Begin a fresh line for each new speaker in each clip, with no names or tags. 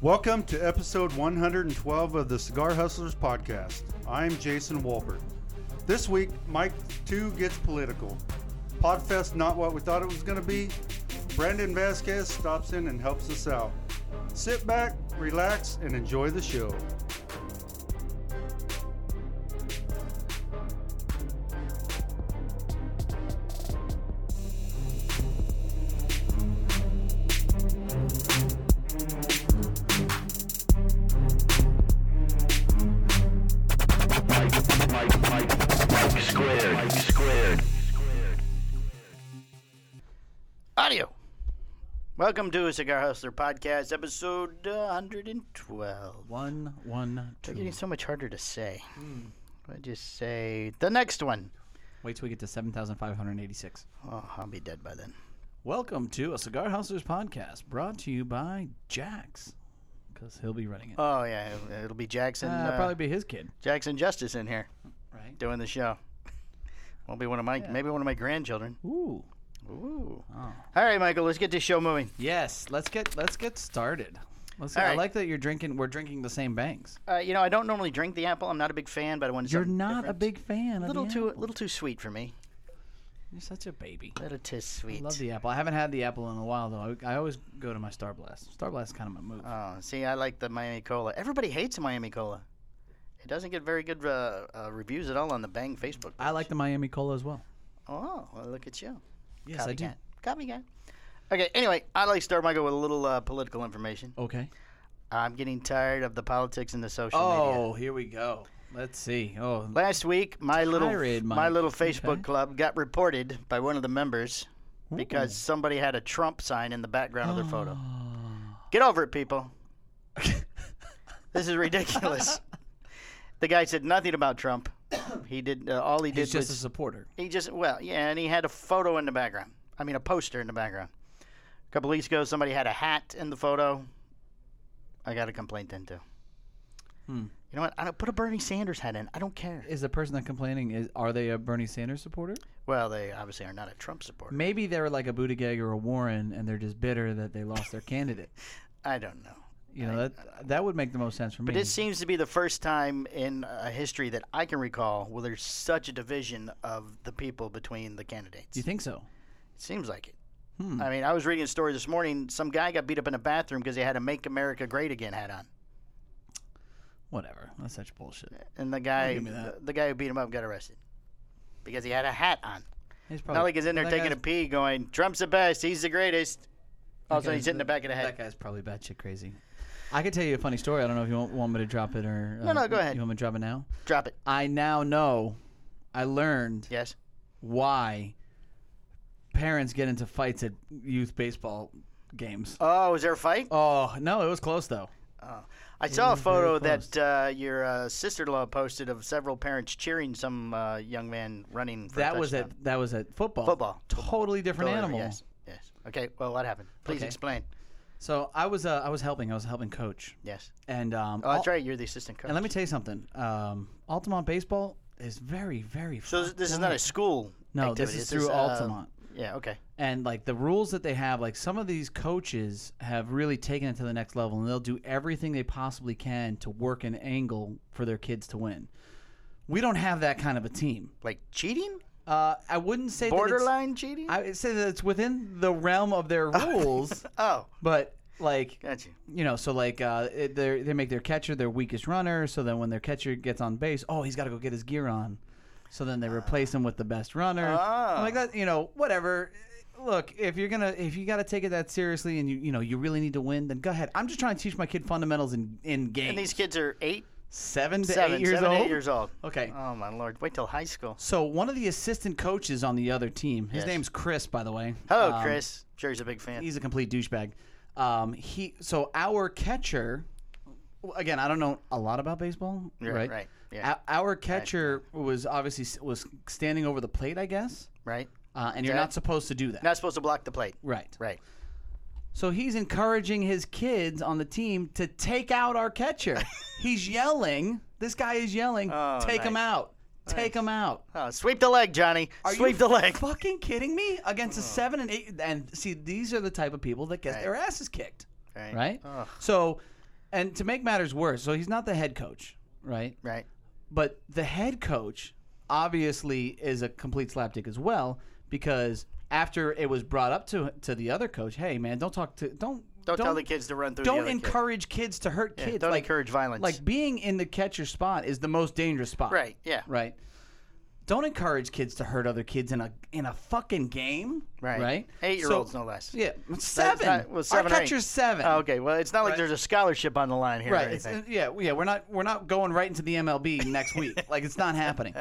Welcome to episode 112 of the Cigar Hustlers podcast. I'm Jason Walbert. This week, Mike 2 gets political. Podfest not what we thought it was going to be. Brandon Vasquez stops in and helps us out. Sit back, relax, and enjoy the show.
Audio. Welcome to Cigar Hustler Podcast, episode uh, 112.
One, one,
They're
two. Hmm.
getting so much harder to say. I just say the next one.
Wait till we get to 7,586.
Oh, I'll be dead by then.
Welcome to a Cigar Hustlers podcast brought to you by Jax, because he'll be running it.
Oh yeah, it'll- it'll be Jackson.
Uh,
uh,
probably be his kid,
Jackson Justice in here
right?
doing the show. Won't be one of my maybe one of my grandchildren.
Ooh.
Ooh.
Oh.
All right, Michael, let's get this show moving.
Yes. Let's get let's get started. Let's.
All
I
right.
like that you're drinking. We're drinking the same bangs.
Uh, you know, I don't normally drink the apple. I'm not a big fan, but I wanted
You're
something
not a
different.
big fan.
a
of
little
the
too
apple.
little too sweet for me.
You're such a baby.
A little too sweet.
I love the apple. I haven't had the apple in a while though. I, I always go to my Star Blast. Star Blast is kind of my move.
Oh, see, I like the Miami Cola. Everybody hates Miami Cola. It doesn't get very good uh, uh, reviews at all on the Bang Facebook.
I like the Miami Cola as well.
Oh, well, look at you.
Yes, I do.
Copycat. Copycat. Okay, anyway, I'd like to start, Michael, with a little uh, political information.
Okay.
I'm getting tired of the politics and the social media.
Oh, here we go. Let's see. Oh,
Last week, my little
Tired,
my
Mike.
little Facebook
Okay.
club got reported by one of the members because somebody had a Trump sign in the background of their photo.
Oh.
Get over it, people. this is ridiculous. the guy said nothing about Trump. He did uh, all he did
he's just a
was
supporter.
he just well yeah, and he had a photo in the background. I mean, a poster in the background. A couple weeks ago, somebody had a hat in the photo. I got a complaint then too.
Hmm.
You know what? I don't put a Bernie Sanders hat in. I don't care.
Is the person that complaining is are they a Bernie Sanders supporter?
Well, they obviously are not a Trump supporter.
Maybe they're like a Buttigieg or a Warren, and they're just bitter that they lost their candidate.
I don't know.
You know that that would make the most sense for me.
But this seems to be the first time in uh, history that I can recall where there's such a division of the people between the candidates.
Do you think so?
it seems like it.
Hmm.
I mean, I was reading a story this morning. Some guy got beat up in a bathroom because he had a "Make America Great Again" hat on,
Whatever. That's such bullshit.
and the guy,
give me
the,
that.
the guy who beat him up, got arrested because he had a hat on.
He's probably
Not like he's in there
that
taking a
guy's-
pee, going, "Trump's the best. He's the greatest."
that
Also,
guy's-
he's hitting the back of the head.
That guy's probably batshit crazy. I could tell you a funny story. I don't know if you want, want me to drop it or uh,
No, no, go ahead.
You want me to drop it now?
Drop it.
I now know. I learned
Yes.
why parents get into fights at youth baseball games.
Oh, was there a fight?
Oh no, it was close though.
Oh. I saw a
was very
photo
close.
that uh, your uh, sister-in-law posted of several parents cheering some uh, young man running. For a
That was
touchdown.
at that was at football.
Football.
Totally different
Totally,
animal.
Yes. Yes. Okay. Well, what happened? Please
Okay.
explain.
So I was uh, I was helping. I was helping coach.
Yes.
And um,
Oh, that's
Al-
right. You're the assistant coach.
And let me tell you something. Um, Altamont baseball is very very.
so this,
fucked
this is not
up.
a school.
No,
activity.
this is through
uh,
Altamont.
Yeah. Okay.
and like the rules that they have like some of these coaches have really taken it to the next level and they'll do everything they possibly can to work an angle for their kids to win we don't have that kind of a team
Like cheating?
uh, i wouldn't say that
Borderline cheating?
it's, i would say that it's within the realm of their rules
oh,
but like
got you.
you know so like uh, it- they're- they make their catcher their weakest runner so then when their catcher gets on base oh he's got to go get his gear on so then they replace him with the best runner
Oh.
I'm like that you know whatever look if you're gonna if you gotta take it that seriously and you you know you really need to win then go ahead i'm just trying to teach my kid fundamentals in in games
And these kids are eight,
seven to
seven,
eight years
seven,
old
eight years old.
okay
Oh my lord! Wait till high school.
so one of the assistant coaches on the other team his
Yes.
name's chris by the way
Hello,
Um,
Oh, Chris. Sure, he's a big fan.
he's a complete douchebag. Um, he so our catcher, again, I don't know a lot about baseball,
Yeah,
right?
right, yeah.
O- Our catcher was obviously s- was standing over the plate, I guess,
Right.
uh, and you're
Yeah.
not supposed to do that,
Not supposed to block the plate.
right?
Right.
So he's encouraging his kids on the team to take out our catcher. he's yelling. This guy is yelling,
Oh,
"Take him
nice.
out! Take him out!"
Oh, sweep the leg, Johnny.
Are
sweep
you
the leg.
Fucking kidding me? Against a seven and eight, and see, these are the type of people that get
Oh. Right. Oh,
their asses kicked.
Right.
right?
Ugh.
So And to make matters worse, so he's not the head coach, right?
Right.
But the head coach obviously is a complete slapdick as well because after it was brought up to to the other coach, hey man, don't talk to don't
Don't, tell the kids to run through. the
don't
other kid.
encourage kids to hurt
Yeah,
kids.
don't
like,
encourage violence.
Like being in the catcher spot is the most dangerous spot.
right. Yeah.
Right. Don't encourage kids to hurt other kids in a in a fucking game.
Right.
Right.
Eight year
So-
olds no less.
Yeah, seven.
not- well, seven or
Our
eight.
catcher's seven.
Oh, okay. Well, it's not like
Right.
there's a scholarship on the line here. Or
right. It's,
anything.
uh, yeah, yeah. We're not we're not going right into the MLB next week. like it's not happening.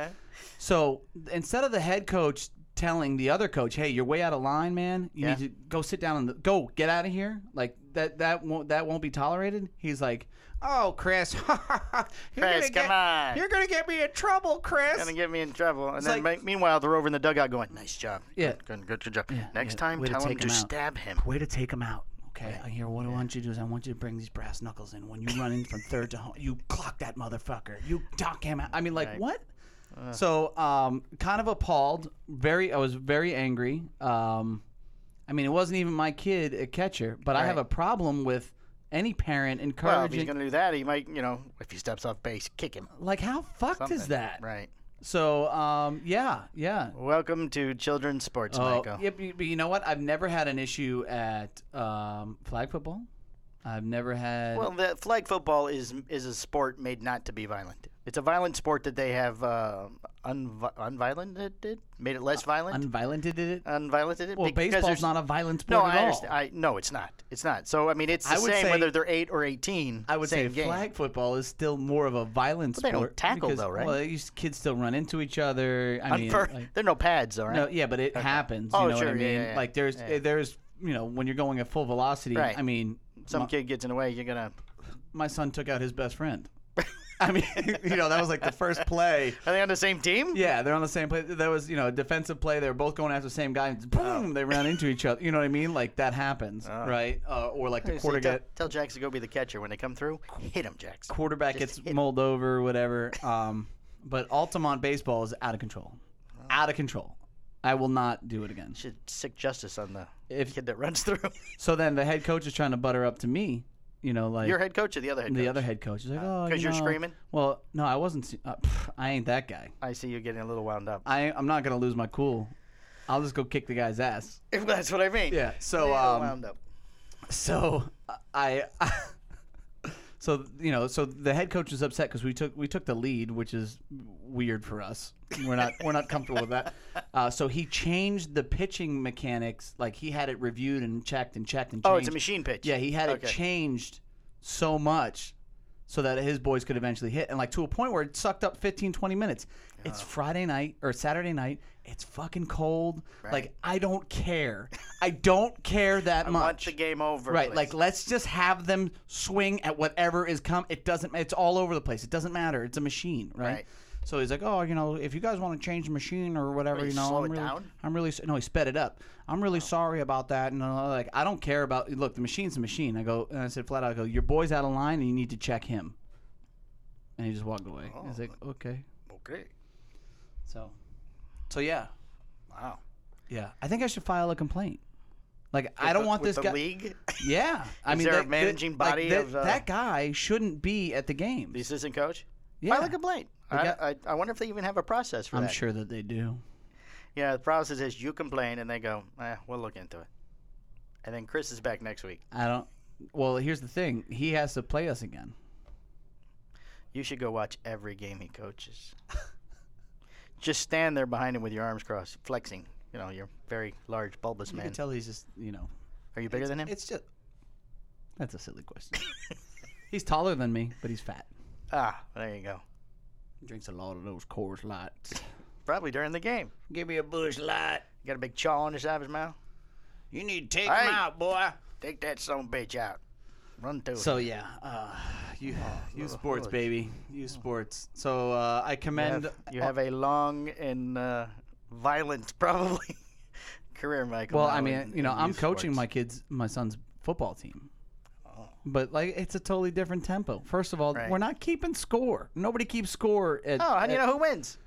So instead of the head coach telling the other coach, "Hey, you're way out of line, man. You
Yeah.
need to go sit down and go get out of here." Like that that won't that won't be tolerated. He's like, "Oh, Chris, you're gonna
come
get-
on.
you're gonna get me in trouble, Chris."
Gonna get me in trouble. And then,
like-
me- meanwhile, they're over in the dugout going, "Nice job.
Yeah.
Good, good, good job. Next
yeah.
time,
Way to
tell him
take
to
him out.
stab him."
way to take him out. Okay, I hear what I want you to do is I want you to bring these brass knuckles in. When you run in from third to home, you clock that motherfucker. You dock him out. I mean, like what? so, um, kind of appalled. Very, I was very angry. Um, I mean, it wasn't even my kid, a catcher, but I have
Right.
a problem with any parent
Well, if he's
encouraging.
gonna do that, he might, you know, if he steps off base, kick him.
like, how fucked is
Something.
that?
Right.
So, um, yeah, yeah.
Welcome to children's sports,
Oh,
Michael.
yeah, but but you know what? I've never had an issue at um, flag football. I've never had.
Well, the flag football is is a sport made not to be violent. It's a violent sport that they have uh, unvi- unviolented, made it less violent,
Unviolented did it?
unviolented.
Uh, well,
because
baseball's
there's-
not a violent
No,
sport at
I
all.
understand. I, no, it's not. It's not. So I mean, it's the
I would
same
say-
whether they're eight or eighteen.
I would say
same game.
flag football is still more of a violent
they
sport.
don't tackle,
because,
though, right?
Well, these kids still run into each other. I mean,
Unfair-
like,
there are no pads, though, right?
no, yeah, but it happens. You
Oh,
know
sure,
what I
yeah,
mean?
yeah, yeah.
Like there's,
Yeah.
there's, you know, when you're going at full velocity.
Right.
I mean,
Some
my,
kid gets in the way, you're gonna.
my son took out his best friend. I mean, you know, that was like the first play.
Are they on the same team?
Yeah, they're on the same play. There was, you know, a defensive play. They were both going after the same guy. And
Oh.
boom, they ran into each other. You know what I mean? Like that happens, right? Uh, or like the
Say,
quarter
tell,
get-
tell Jax to go be the catcher when they come through. Hit him, Jax.
quarterback
Just
gets mulled over, whatever. Um, but Altamont baseball is out of control. Out of control. I will not do it again.
Should sick justice on the
If
kid that runs through.
so, then the head coach is trying to butter up to me. You know, like
Your head coach or the other head
the
coach? Uh,
other head coach is like, oh,
'cause
you
you're
know,
screaming?
Well, no, I wasn't. se- Uh, pff, I ain't that guy.
I see you getting a little wound up.
I I'm not gonna lose my cool. I'll just go kick the guy's ass.
That's what I mean.
Yeah.
A
So
little
um,
wound up.
So I, so you know, so the head coach was upset because we took we took the lead, which is weird for us. We're not we're not comfortable with that. Uh, so he changed the pitching mechanics. Like he had it reviewed and checked and checked and changed.
Oh, it's a machine pitch.
Yeah, he had
Okay.
it changed so much so that his boys could eventually hit and like to a point where it sucked up 15 20 minutes. It's Friday night or Saturday night. It's fucking cold. Like I don't care. I don't care that much.
Once the game over.
Right,
please.
like let's just have them swing at whatever is come. It doesn't. It's all over the place. It doesn't matter. It's a machine, right?
Right.
So he's like, oh, you know, if you guys want to change the machine or whatever,
Wait,
you know,
slow
I'm
it
really,
down? Oh.
I'm really, s- no, he sped it up. I'm really sorry about that, and uh, like I don't care about. Look, the machine's a machine. I go and I said flat out, I go, your boy's out of line, and you need to check him. And he just walked away.
Oh.
I was like, okay,
Okay.
so, so yeah,
Wow.
yeah. I think I should file a complaint. Like I don't want
With
this
the
guy.
league.
Yeah, I
Is
mean,
there a
that- that-
managing body
like, that,
of, uh,
that guy shouldn't be at the game.
the assistant coach.
Yeah,
File a complaint. I,
got-
I, I wonder if they even have a process for
I'm
that.
sure that they do.
Yeah, the process is you complain and they go, eh, we'll look into it. And then Chris is back next week.
I don't. Well, here's the thing: he has to play us again.
You should go watch every game he coaches. Just stand there behind him with your arms crossed, flexing. You know, you're very large, bulbous
You
man.
can tell he's just, you know,
Are you bigger than him?
it's just. That's a silly question. he's taller than me, but he's fat.
Ah, there you go.
Drinks a lot of those Coors Lights.
Probably during the game.
Give me a Bush Light.
Got a big chaw on the side of his mouth.
You need to take
Hey.
boy.
Take that son of a bitch out. Run to
So
it.
yeah, uh, you you
little
sports
fudge.
baby, you sports. So uh, I
You
commend.
have, you have a long and uh, violent, probably, career, Michael.
Well,
now
I
in-
mean, you know,
in
I'm
youth
coaching
sports. Oh.
my kids, my son's football team. But like it's a totally different tempo. First of all,
Right.
we're not keeping score. Nobody keeps score. At,
Oh, how do you
at-
know who wins?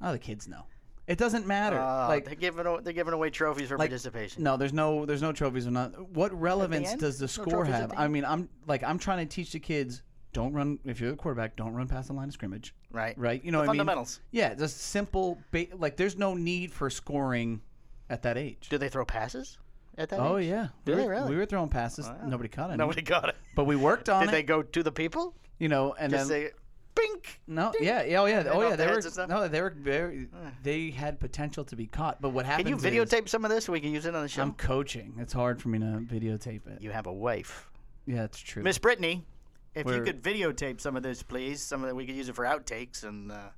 Oh, the kids know. It doesn't matter.
Uh,
like
they're giving aw- they're giving away trophies for
like,
participation.
No, there's no there's no trophies or not. What relevance
end?
does the
No
score
trophies at
have?
the
I
end.
mean, I'm like I'm trying to teach the kids don't run if you're the quarterback, don't run past the line of scrimmage.
right.
Right? You know what I mean?
Fundamentals.
Yeah, just simple ba- like there's no need for scoring at that age.
Do they throw passes at that?
Oh
age?
yeah.
Do
we
they
were,
really?
we were throwing passes.
Wow.
Nobody caught any.
Nobody got it.
But we worked on
Did
it,
they go to the people?
you know, and
Just
then
say, bink.
no, yeah, yeah, oh yeah, oh
off their
yeah, they were
heads and stuff?
no, they were very, they had potential to be caught. But what
Can
happened?
you videotape some of this so we can use it on the show?
I'm coaching. It's hard for me to videotape it.
you have a wife,
Yeah, it's true.
Miss Brittany. If you
We're-
could videotape some of this, please, some of that we could use it for outtakes, and uh,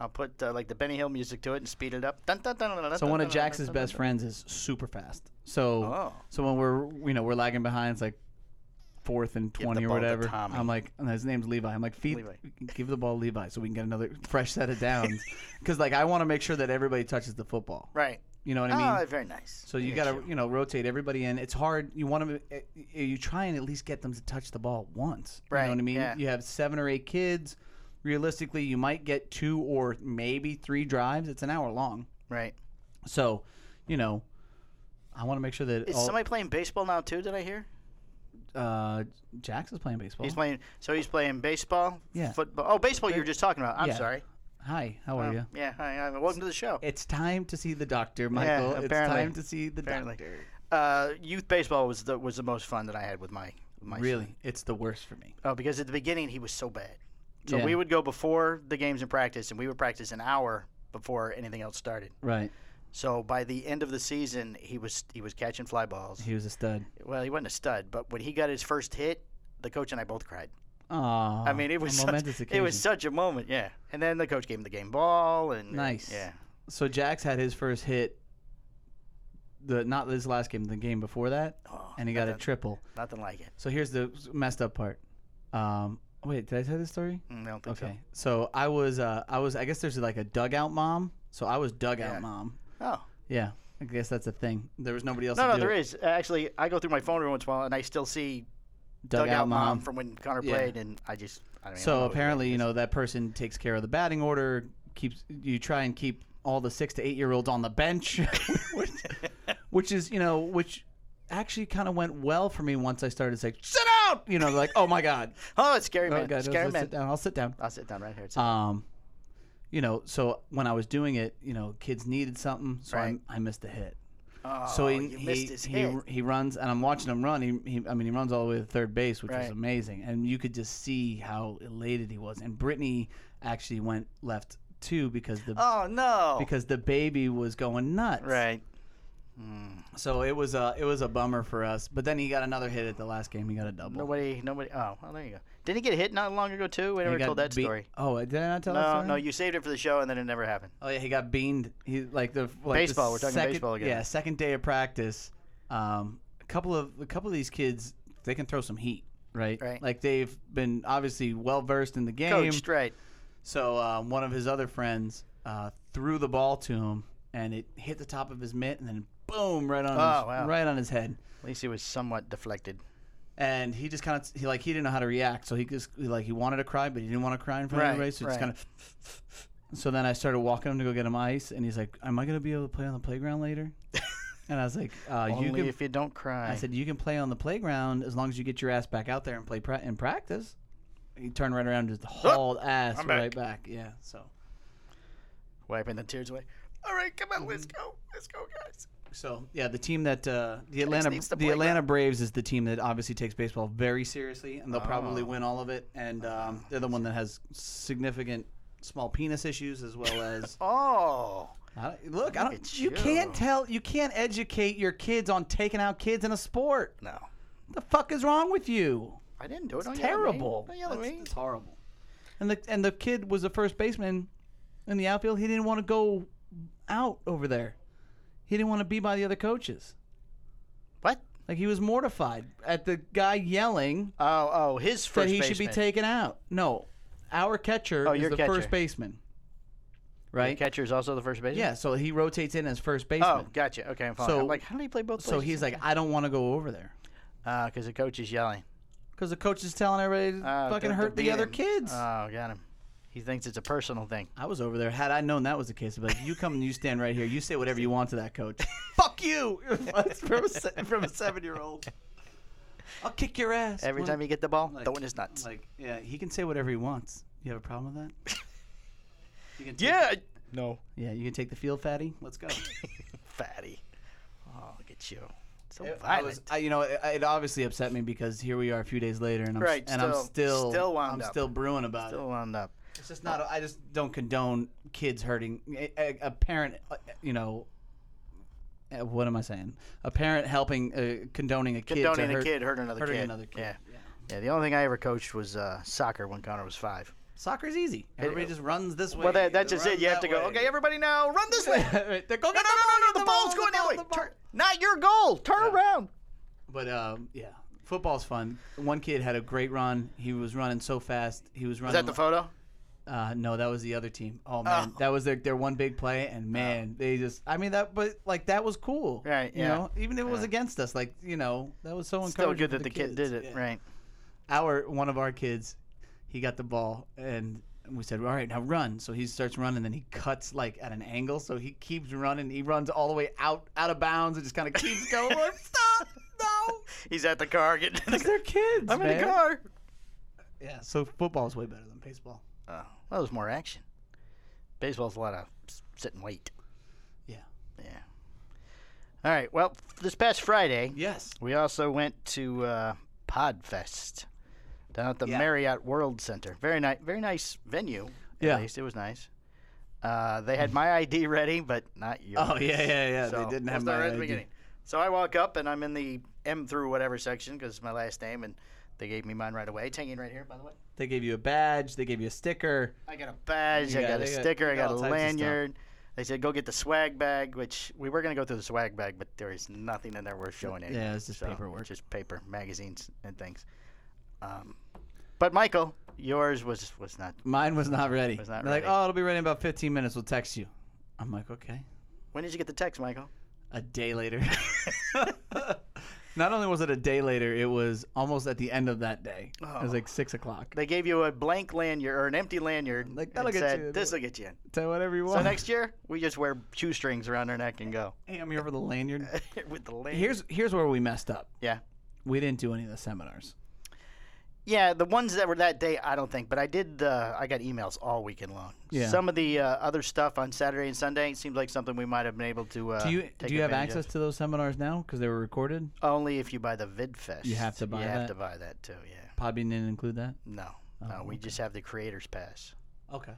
I'll put uh, like the Benny Hill music to it and speed it up. Dun, dun, dun, dun, dun,
So
dun,
one of
dun,
Jax's
dun, dun,
best friends is super fast. So
Oh.
so when we're you know we're lagging behind, it's like fourth and
the
twenty or
ball to
whatever.
Tommy.
I'm like, and his name's Levi. I'm like, feed,
Levi.
give the ball to Levi so we can get another fresh set of downs, because like I want to make sure that everybody touches the football.
dun. Right.
You know what I mean?
oh, very nice.
so you
Look
got
at
to you know rotate everybody in. It's hard. You want to eh, you try and at least get them to touch the ball once. You
Right,
know what I mean?
yeah.
You have seven or eight kids. Realistically, you might get two or maybe three drives. It's an hour long.
Right.
So, you know, I want to make sure that
Is
all,
somebody playing baseball now too? Did I hear?
uh, Jax is playing baseball.
He's playing. So he's playing baseball.
Yeah.
Football. Oh, baseball. You were just talking about. I'm
Yeah. Oh,
sorry.
Hi, how are
Um,
you?
Yeah. Hi, hi, welcome to the show.
It's time to see the doctor, Michael. it's
apparently.
time to see the
Apparently.
doctor.
Uh, youth baseball was the was the most fun that I had with my with my son.
Really, it's the worst for me.
Oh, because at the beginning he was so bad. So
Yeah.
we would go before the games and practice, and we would practice an hour before anything else started.
Right,
So by the end of the season, he was he was catching fly balls.
he was a stud.
Well, he wasn't a stud, but when he got his first hit, the coach and I both cried.
Aw,
I mean, it was
a
such,
momentous
it
occasion.
was such a moment, yeah. And then the coach gave him the game ball, and uh,
Nice.
yeah,
so Jax had his first hit. The not this last game, the game before that,
Oh,
and he got a
nothing-
triple.
nothing like it.
So here's the messed up part. Um, wait, did I tell this story?
Mm, I don't think
Okay. So I was uh I was I guess there's like a dugout mom. So I was dugout
Yeah.
mom.
so. Oh
Yeah. I guess that's a thing. There was nobody else.
no, no,
to do
there
it.
is actually. I go through my phone every once in a while, and I still see
dugout, mom.
from when Connor
Yeah.
played, and I just I don't even know
so
who his
apparently,
name
you
is.
know, that person takes care of the batting order. Keeps you try and keep all the six to eight year olds on the bench, which, which is you know which actually kind of went well for me once I started saying sit out. You know, like oh my god,
Oh, it's scary
oh
man.
god, I'll-
scary
I'll
man.
sit down. I'll sit down.
I'll sit down right here. It's
Um, you know, so when I was doing it, you know, kids needed something, so
Right.
I, I missed a hit.
oh,
so he
you
he,
missed his
he,
hit.
he runs, and I'm watching him run. He, he I mean, he runs all the way to third base, which was
Right.
amazing, and you could just see how elated he was. And Brittany actually went left too because the
Oh no.
because the baby was going nuts.
right.
So it was a it was a bummer for us. But then he got another hit at the last game. He got a double.
Nobody. Nobody. Oh, well, there you go. Didn't he get hit not long ago too? We
He
never
got
told that
beat-
story.
Oh, did I not tell that
No,
story?
no, you saved it for the show, and then it never happened.
Oh yeah, he got beamed. He like the like
Baseball,
The
we're talking
second,
baseball again.
Yeah, second day of practice. Um, a couple of a couple of these kids, they can throw some heat, right?
Right.
Like they've been obviously well versed in the game.
Coached right.
So um, one of his other friends uh, threw the ball to him, and it hit the top of his mitt, and then boom, right on
Oh,
his,
wow.
right on his head.
At least he was somewhat deflected.
And he just kind of he like he didn't know how to react, so he just like he wanted to cry, but he didn't want to cry in front
Right,
of everybody, so he
right.
just kind of. So then I started walking him to go get him ice, and he's like, "Am I gonna be able to play on the playground later?" and I was like, uh, "You
Only
can."
if you don't cry.
I said, "You can play on the playground as long as you get your ass back out there and play pra- and practice." He turned right around, and just hauled ass
I'm
right back. Yeah. So
wiping the tears away. All right, come
Mm-hmm.
on, let's go, let's go, guys.
So yeah, the team that uh, the Atlanta
needs
the,
to play
Atlanta Braves is the team that obviously takes baseball very seriously, and they'll probably
Oh.
win all of it. And um, they're the one that has significant small penis issues as well as
Oh,
I, look. I
Look
don't,
at you.
you can't tell you can't educate your kids on taking out kids in a sport.
no,
The fuck is wrong with you?
I didn't do it. Don't yell at me.
Terrible.
Don't yell at
It's-
me.
It's horrible. And the and the kid was the first baseman in the outfield. He didn't want to go out over there. He didn't want to be by the other coaches.
What?
Like he was mortified at the guy yelling
Oh, oh, his first
that he should be
baseman.
taken out. No, our catcher
Oh,
is
your
the
catcher.
first baseman,
The
right?
catcher is also the first baseman.
Yeah, so he rotates in as first
Oh,
baseman.
gotcha. Okay, I'm following.
So-
I'm like, how do you play both?
so he's like, I don't want to go over there
because Ah, the coach is yelling.
because the coach is telling everybody to
Ah,
fucking
don't-
hurt
don't beat
the other
him. Ah.
kids.
Oh, got him. He thinks it's a personal thing.
I was over there. Had I known that was the case, I'd be like, you come and you stand right here. You say whatever you want to that coach. Fuck you! from, a se- from a seven year old. I'll kick your ass.
Every time you get the ball,
like-
throwing his nuts.
Like, yeah, he can say whatever he wants. You have a problem with that? You can take-
yeah. I- No.
Yeah, you can take the field, fatty. Let's go.
Fatty. Oh, look at you. So
It- I
violent.
was, I, you know, it, it obviously upset me because here we are a few days later, and I'm, s-
Right,
and I'm
still-
still,
still wound
I'm
up.
still brewing about it.
Still wound up.
It's just not. I just don't condone kids hurting. A, a, a parent, uh, you know. uh, What am I saying? A parent helping, uh, condoning a kid. to
Condoning a
hurt-
kid hurt another
hurting
kid.
another kid.
Yeah. Yeah. The only thing I ever coached was uh, soccer when Connor was five.
Soccer's easy. Everybody just runs this way.
Well, that, that's
they
just it.
run
You have to
that
go.
way.
Okay, everybody now, run this way.
Right, They're going.
No, no, no, no, the ball's going that way. Turn, not your goal. Turn
Yeah.
around.
But um, yeah, football's fun. One kid had a great run. He was running so fast. He was running.
Is that the photo?
Uh, no, that was the other team. Oh man,
Oh.
that was their their one big play, and man, they just. I mean that, but like that was cool,
Right,
You
yeah.
know, even if it was
Yeah.
against us, like you know, that was so
Still
encouraging.
good
for
that the kid
kids.
did it.
Yeah.
Right.
Our one of our kids, he got the ball, and we said, "All right, now run." So he starts running, then he cuts like at an angle, so he keeps running. He runs all the way out out of bounds and just kind of keeps going. We're like, Stop! No,
He's at the car getting. In the
because
car.
they're kids.
I'm in
man.
the car.
Yeah, so football's way better than baseball.
Oh, that was more action. Baseball's a lot of s- sit and wait.
Yeah.
Yeah. All right. Well, this past Friday,
Yes.
we also went to uh, Podfest down at the
Yeah.
Marriott World Center. Very nice, very nice venue. At
Yeah.
least it was nice. Uh, they had my ID ready, but not yours.
Oh yeah, yeah, yeah.
So,
they didn't
we'll
have
start
my
at the
ID.
beginning. So I walk up and I'm in the M through whatever section because it's my last name, and they gave me mine right away. It's hanging right here, by the way.
They gave you a badge. They gave you a sticker.
I got a badge,
You
I
got-
got a
they got-
sticker,
they
I
got
got a
all types of stuff.
lanyard. They said go get the swag bag, which we were gonna go through the swag bag, but there is nothing in there worth showing anyway.
Yeah, it's just paperwork.
just paper, magazines, and things. Um, but Michael, yours was was not.
Mine was not ready.
Was not
They're like,
ready.
oh, it'll be ready in about 15 minutes. We'll text you. I'm like, okay.
When did you get the text, Michael?
A day later. not only was it a day later, it was almost at the end of that day. It was
Oh.
like six o'clock.
They gave you a blank lanyard or an empty lanyard.
Like,
and
that'll get
said,
you in.
This will get you in.
Say whatever you want.
So next year, we just wear shoestrings around our neck and go
hey, I'm here for the lanyard.
with the lanyard.
Here's here's where we messed up.
Yeah.
We didn't do any of the seminars.
Yeah, the ones that were that day, I don't think. But I did. Uh, I got emails all weekend long.
Yeah.
Some of the uh, other stuff on Saturday and Sunday seems like something we might have been able to. Uh,
Do you
take
do you have
advantage
access to those seminars now because they were recorded?
Of. Only if you buy the VidFest.
You have to buy
You have
that? Oh,
to buy that too. Yeah.
Podbean didn't include that.
No. no, we just have the creators pass.
Okay.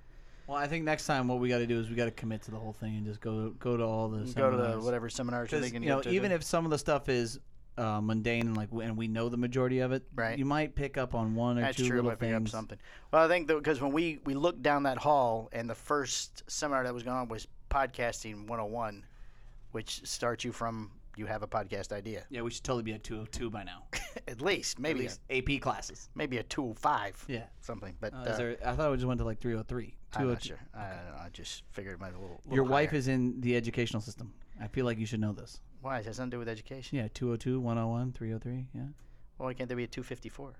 Well, I think next time what we got to do is we got to commit to the whole thing and just go go to all the
Go to
seminars.
the whatever seminars are
Because
they
you
can
know,
go to.
even if some of the stuff is uh, mundane and like, w- and we know the majority of it,
Right.
You might pick up on one or
that's
two
true,
little
might pick up
things.
something. Well, I think because when we we looked down that hall and the first seminar that was going on was podcasting 101, which starts you from you have a podcast idea
Yeah, we should totally be at 202 by now.
at least maybe
At least AP classes.
maybe a 205
Yeah.
something but
Uh,
uh,
is there, I thought we just went to like 303.
i'm not
202.
sure I, don't know, I just figured it might be a little,
Your wife is in the educational system. I feel like you should know this.
why is that something to do with education
Yeah, 202, 101, 303. Yeah.
why can't there be a 254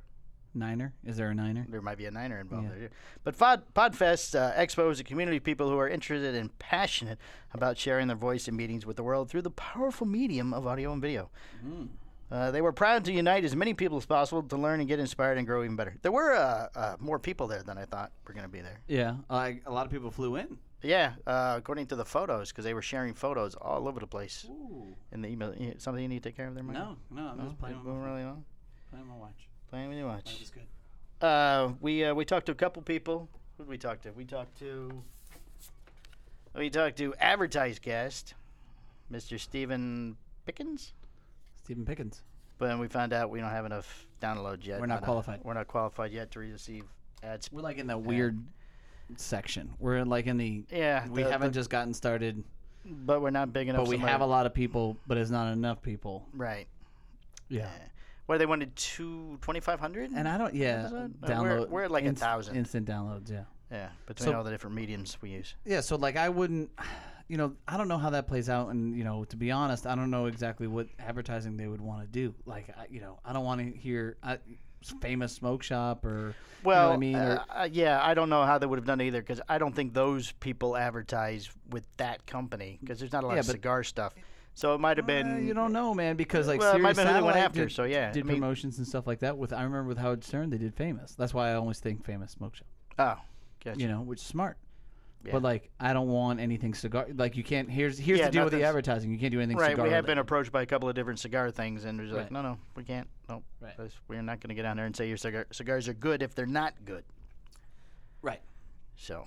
Niner. Is there a niner?
there might be a niner involved
Yeah.
there but Pod, podfest uh, expo is a community of people who are interested and passionate about sharing their voice and meetings with the world through the powerful medium of audio and video
Mm.
Uh, they were proud to unite as many people as possible to learn and get inspired and grow even better. There were uh, uh, more people there than I thought were going to be there.
Yeah. I, a lot of people flew in.
Yeah, uh, according to the photos, because they were sharing photos all over the place.
Ooh. Oh,
in the email. you- Something you need to take care of there, Mike? Oh,
No, no, I'm just playing.
It
with
won't
my-
really long.
Playing my watch.
Playing with your watch.
good.
Uh, we uh, we talked to a couple people. Who did we talk to? We talked to. We talked to advertised guest, Mr. Stephen Pickens.
Stephen Pickens.
But then we found out we don't have enough downloads yet.
We're not
on a-
qualified.
we're not qualified yet to receive ads.
We're like in that weird section. We're like in the.
Yeah,
We
the-
haven't just gotten started,
the- but we're not big enough.
but we
somebody-
have a lot of people, but it's not enough people.
Right.
Yeah.
What they wanted two twenty five hundred.
And I don't. Yeah.
Episode? Uh,
Download.
we're- we're at like a
inst-
thousand.
instant downloads. Yeah.
Yeah, between
So-
all the different mediums we use.
Yeah. So like, I wouldn't. you know, I don't know how that plays out, and you know, to be honest, I don't know exactly what advertising they would want to do. Like, I, you know, I don't want to hear I, famous smoke shop or
Well,
you know what I mean, or,
uh, uh, yeah, I don't know how they would have done either because I don't think those people advertise with that company because there's not a lot
Yeah,
of
but-
cigar stuff. So it might have been.
Uh, you don't know, man, because like
well, it might
Sirius
have been who they went
Satellite
after.
did,
so yeah,
did
I mean,
promotions and stuff like that. With I remember with Howard Stern, they did famous. That's why I always think famous smoke shop.
oh, gotcha.
You know, which is smart.
Yeah.
But like, I don't want anything cigar. Like, you can't. Here's here's
Yeah,
the deal with the
nothing's-
advertising. You can't do anything
Right,
cigar.
we have been
related.
approached by a couple of different cigar things, and there's like,
Right.
no, no, we can't. No,
Right.
this- we're not going to get down there and say your cigar- cigars are good if they're not good.
right.
So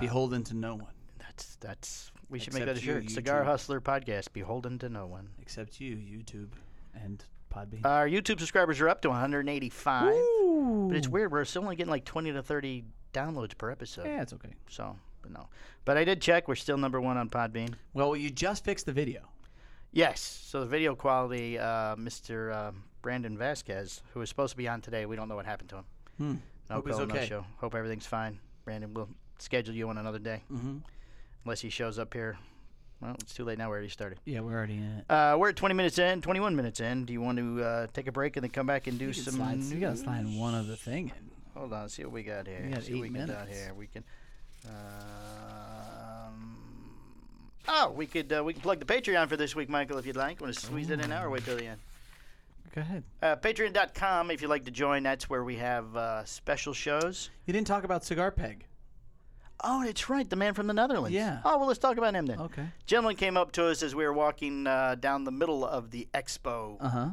Beholden to no one
that's that's we should make that
Except
a
you,
shirt. Cigar
YouTube.
Hustler Podcast, beholden to no one.
except you, YouTube, and Podbean.
Our YouTube subscribers are up to 185,
Ooh.
but it's weird. We're still only getting like 20 to 30 downloads per episode.
Yeah, it's okay.
So, but no. But I did check. We're still number one on Podbean.
Well, you just fixed the video.
Yes. So the video quality, uh, Mr. Uh, Brandon Vasquez, who was supposed to be on today, we don't know what happened to him.
Hmm.
No
Hope he's
call, Oh, no
okay.
show. Hope everything's fine. Brandon, we'll schedule you on another day
Mm-hmm.
unless he shows up here. Well, it's too late now. We already started.
Yeah, we're already in it.
Uh, we're at 20 minutes in, 21 minutes in. Do you want to uh, take a break and then come back and do
You,
some?
can slide, you gotta
news?
slide one other thing in.
Hold on, see what we got here.
We got
see what
eight
we got out
minutes.
here. We can. Um, oh, we could uh, we can plug the Patreon for this week, Michael, if you'd like. Want to squeeze that in now or wait till the end?
Go ahead.
Uh, Patreon.com, if you'd like to join. That's where we have uh, special shows.
You didn't talk about cigar peg.
Oh, it's right, the man from the Netherlands.
Yeah.
Oh well, let's talk about him then.
Okay.
Gentleman came up to us as we were walking uh, down the middle of the expo.
Uh huh.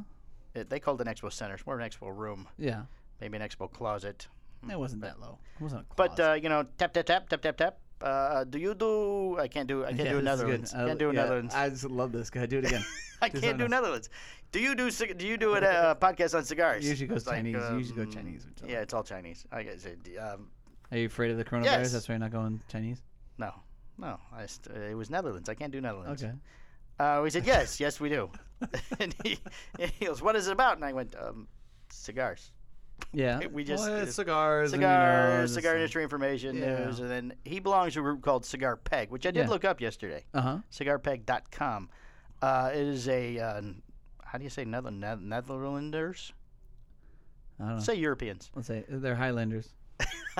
Uh, They called it an expo center. It's more of an expo room,
Yeah.
maybe an expo closet.
It wasn't that low. It wasn't. A
But
closet.
uh, you know, tap tap tap tap tap tap. Uh, do you do? I can't do. I can't
Yeah,
do
this is
another
good.
one.
I-
Can't do
yeah,
another one. I,
I just love this. Go ahead, do it again. just
can't do
don't know.
Netherlands. Do you do? cig- Do you do a uh, podcast on cigars?
Usually goes
It's like,
Chinese. Usually go
um,
Chinese. Which I
Yeah,
like.
it's all Chinese. I guess. It, um,
Are you afraid of the coronavirus?
Yes.
That's why you're not going Chinese.
no, no. I just, uh, it was Netherlands. I can't do Netherlands.
Okay.
Uh, we said yes, yes we do. and he, he goes, "What is it about?" And I went, um, "Cigars."
Yeah.
We just-
Well, it's cigars. and, you know,
cigar,
just,
cigar
uh,
industry information
Yeah.
news, and then he belongs to a group called Cigar Peg, which I did
Yeah.
look up yesterday.
Uh-huh.
Cigarpeg.com. Uh, it is a uh, how do you say Nether- Neth- Netherlanders?
I don't know.
Say Europeans.
Let's say uh, they're Highlanders,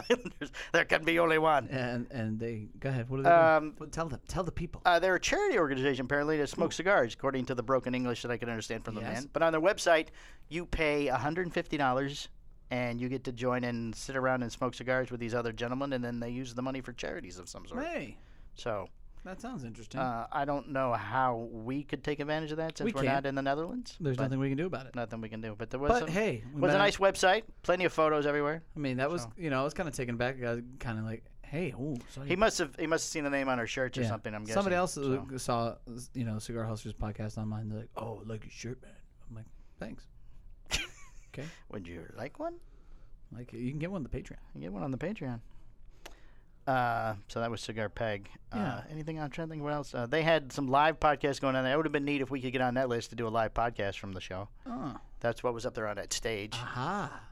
Islanders. there can be only one.
and and they go ahead. What are they? doing?
Um,
Well, tell them. Tell the people.
uh, they're a charity organization apparently that smokes cigars, according to the broken English that I could understand from the
Yes.
man. But on their website, you pay $150 and you get to join and sit around and smoke cigars with these other gentlemen, and then they use the money for charities of some sort.
Hey,
So.
that sounds interesting.
Uh, I don't know how we could take advantage of that since
We
we are
can't.
not in the Netherlands.
There's
but
nothing we can do about it.
nothing we can do. But there was,
But
some,
hey, we
was a
met up.
nice website, plenty of photos everywhere.
I mean, that was
so.
you know, I was kind of taken back. I was kind of like, hey, ooh, saw
He
you-
must have he must have seen the name on our shirts or
Mm. Yeah.
something. I'm guessing
Somebody else
so.
uh, saw you know Cigar Hustlers podcast online. They're like, oh, I like your shirt, man. I'm like, thanks. okay,
Would you like one?
like you can get one on the Patreon.
You get one on the Patreon. Uh, so that was Cigar Peg. Uh,
Yeah.
anything I'm trying to think what else? Uh, they had some live podcasts going on. That would have been neat if we could get on that list to do a live podcast from the show.
Oh,
That's what was up there on that stage.
Uh-huh. aha.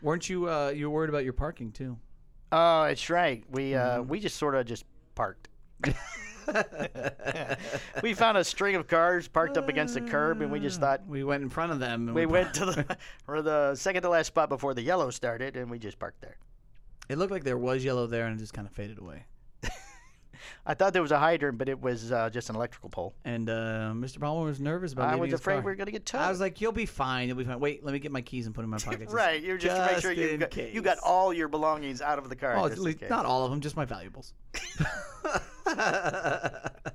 Weren't you uh, you were worried about your parking too?
Oh, it's right. We uh,
Mm-hmm.
we just sort of just parked. we found a string of cars parked up against the curb, and we just thought
we went in front of them. and
we went to the or the second to last spot before the yellow started, and we just parked there.
It looked like there was yellow there and it just kind of faded away.
I thought there was a hydrant, but it was uh, just an electrical pole.
And uh, Mr. Palmer was nervous about
I
leaving
was
his
afraid
car.
we were gonna get towed.
I was like, "You'll be fine. You'll be fine." Wait, let me get my keys and put 'em in my pocket. just-
right, you're just, to make
just
sure you
in
got, you
case.
got all your belongings out of the car.
Oh,
just
at
in
least,
case.
not all of them, just my valuables.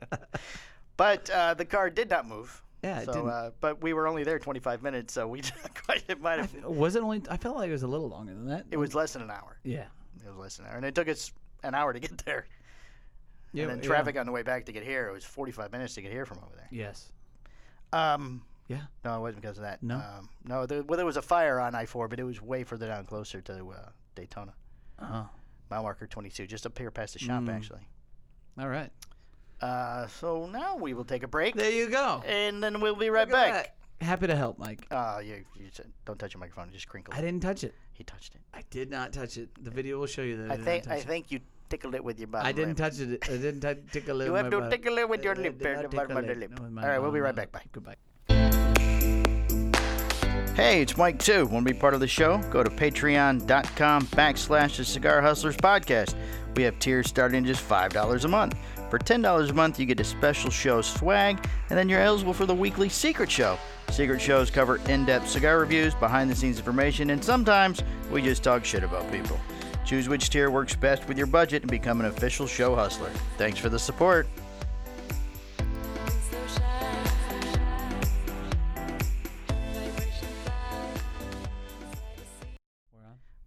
But uh, the car did not move.
Yeah, it
so,
didn't.
Uh, but we were only there 25 minutes, so we quite it might have.
was it only? I felt like it was a little longer than that.
It was less than an hour.
yeah.
It was less than an hour, and it took us an hour to get there.
Yeah.
and then
yeah.
traffic on the way back to get here. It was 45 minutes to get here from over there.
Yes.
Um,
Yeah.
no, it wasn't because of that.
No?
um, no. There, well, there was a fire on I-4, but it was way further down, closer to uh, Daytona,
Oh.
mile marker 22, just up here past the shop,
Mm.
actually.
All right.
Uh, so now we will take a break,
There you go.
and then we'll be right
Look at
back.
that. Happy to help, Mike.
Uh, you, you said, don't touch your microphone; it just crinkled.
I didn't touch it.
He touched it.
I did not touch it. The video will show you that. I,
I
did
think
Not
I
touch
think you tickled it with your bottom
I
lip.
didn't touch it. I didn't t- tickle it.
You
with
have
my
to
butt.
tickle it with your
I
lip.
did
and
not
the bottom of
tickle
the
it
lip.
with
All
my
right, we'll be
bottom
right
lip.
back. Bye.
Goodbye.
Hey, it's Mike too. Want to be part of the show? Go to patreon.com backslash the Cigar Hustlers podcast. We have tiers starting at just $5 a month. For $10 a month, you get a special show swag, and then you're eligible for the weekly secret show. Secret shows cover in depth cigar reviews, behind the scenes information, and sometimes we just talk shit about people. Choose which tier works best with your budget and become an official show hustler. Thanks for the support.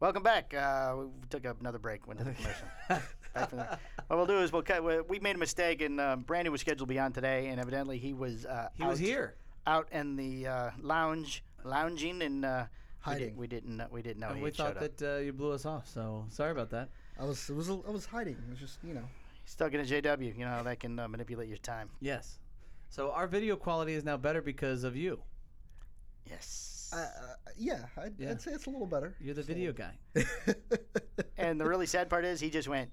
Welcome back. Uh, we we took another break. Went to the commercial. Back from the- what we'll do is we'll cut. We we made a mistake, and uh, Brandon was scheduled to be on today, and evidently he was. Uh,
He was
out-
here.
out in the uh, lounge, lounging and uh,
Hiding.
We, did, we didn't. We didn't know he
we
had showed
thought
up.
that uh, you blew us off, so sorry about that.
I was, it was, a- I was hiding. It was just, you know.
Stuck in a JW. You know how that can uh, manipulate your time.
Yes. So our video quality is now better because of you.
Yes.
I, uh, yeah, I'd,
Yeah.
I'd say it's a little better.
You're the video guy.
and the really sad part is he just went.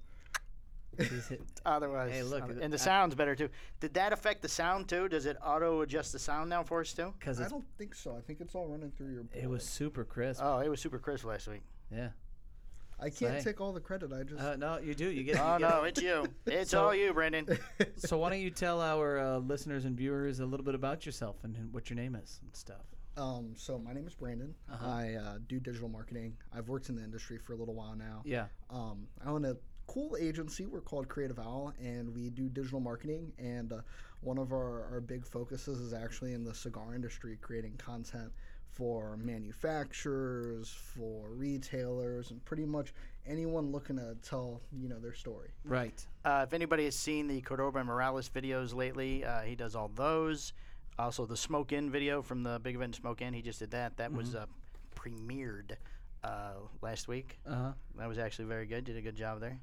He's hit-
Otherwise,
Hey, look, uh,
other- and
I-
the sound's better too. Did that affect the sound too? Does it auto adjust the sound now for us too?
Cause
I
it's,
don't think so. I think it's all running through your.
it was
board.
super crisp.
Oh, it was super crisp last week.
yeah.
I can't
hey.
take all the credit. I just.
Uh, no, you do. You get.
Oh
you get-
no, it's you. It's
So-
all you, Brandon.
So why don't you tell our uh, listeners and viewers a little bit about yourself and who- what your name is and stuff?
um, so my name is Brandon.
Uh-huh.
I uh, do digital marketing. I've worked in the industry for a little while now.
Yeah.
Um, I own a cool agency. We're called Creative Owl, and we do digital marketing. And uh, one of our, our big focuses is actually in the cigar industry, creating content for manufacturers, for retailers, and pretty much anyone looking to tell you know their story.
Right.
Uh, if anybody has seen the Cordoba Morales videos lately, uh, he does all those. Also, the Smoke In video from the Big Event Smoke In, he just did that. That
Mm-hmm.
was uh, premiered uh, last week.
Uh huh.
That was actually very good. Did a good job there.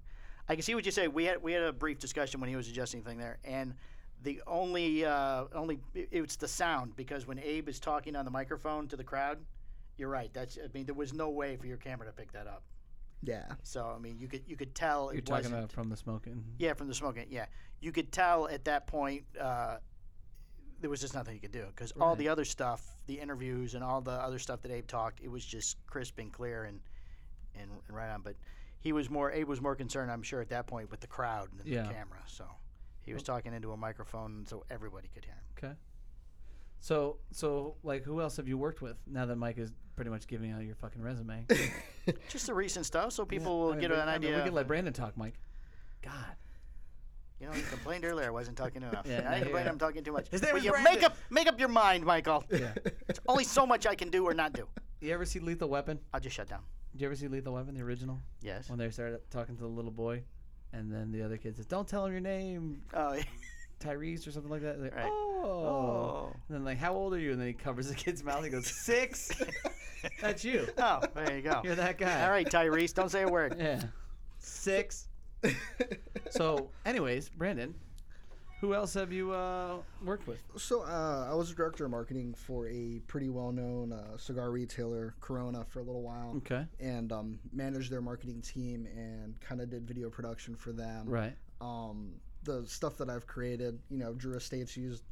I can see what you say. We had we had a brief discussion when he was adjusting the thing there, and the only uh, only it- it's the sound because when Abe is talking on the microphone to the crowd, you're right. That's I mean there was no way for your camera to pick that up.
Yeah.
So I mean you could you could tell
You're
it
talking
wasn't.
about from the smoking.
Yeah, from the smoking. Yeah, you could tell at that point uh, there was just nothing you could do because all the other stuff, the interviews and all the other stuff that Abe talked, it was just crisp and clear and and, and right on. But he was more Abe was more concerned, I'm sure, at that point with the crowd than
Yeah.
the camera. So he was talking into a microphone so everybody could hear him.
Okay. So so like who else have you worked with now that Mike is pretty much giving out your fucking resume?
Just the recent stuff, so people will
I mean,
get
we-
an
I mean,
idea.
we
of-
could let Brandon talk, Mike. God.
you know, you complained earlier I wasn't talking enough.
Yeah,
I
yeah.
complained I'm talking too much.
His name
Will
is
you
Brandon.
make up make up your mind, Michael.
Yeah.
There's only so much I can do or not do.
you ever see Lethal Weapon?
I'll just shut down.
Did you ever see Lethal Weapon, the original,
Yes.
when they started talking to the little boy, and then the other kid says, "Don't tell him your name,
Oh, yeah.
Tyrese or something like that." They're
Right.
Like, Oh. And then like, "How old are you?" And then he covers the kid's mouth. and He goes, six. That's you.
Oh, there you go.
You're that guy.
All right, Tyrese, don't say a word.
Yeah. Six. so, anyways, Brandon, who else have you uh, worked with?
So uh, I was a director of marketing for a pretty well-known uh, cigar retailer, Corona, for a little while,
Okay.
and um, managed their marketing team and kind of did video production for them.
Right.
um, the stuff that I've created. You know, Drew Estates used,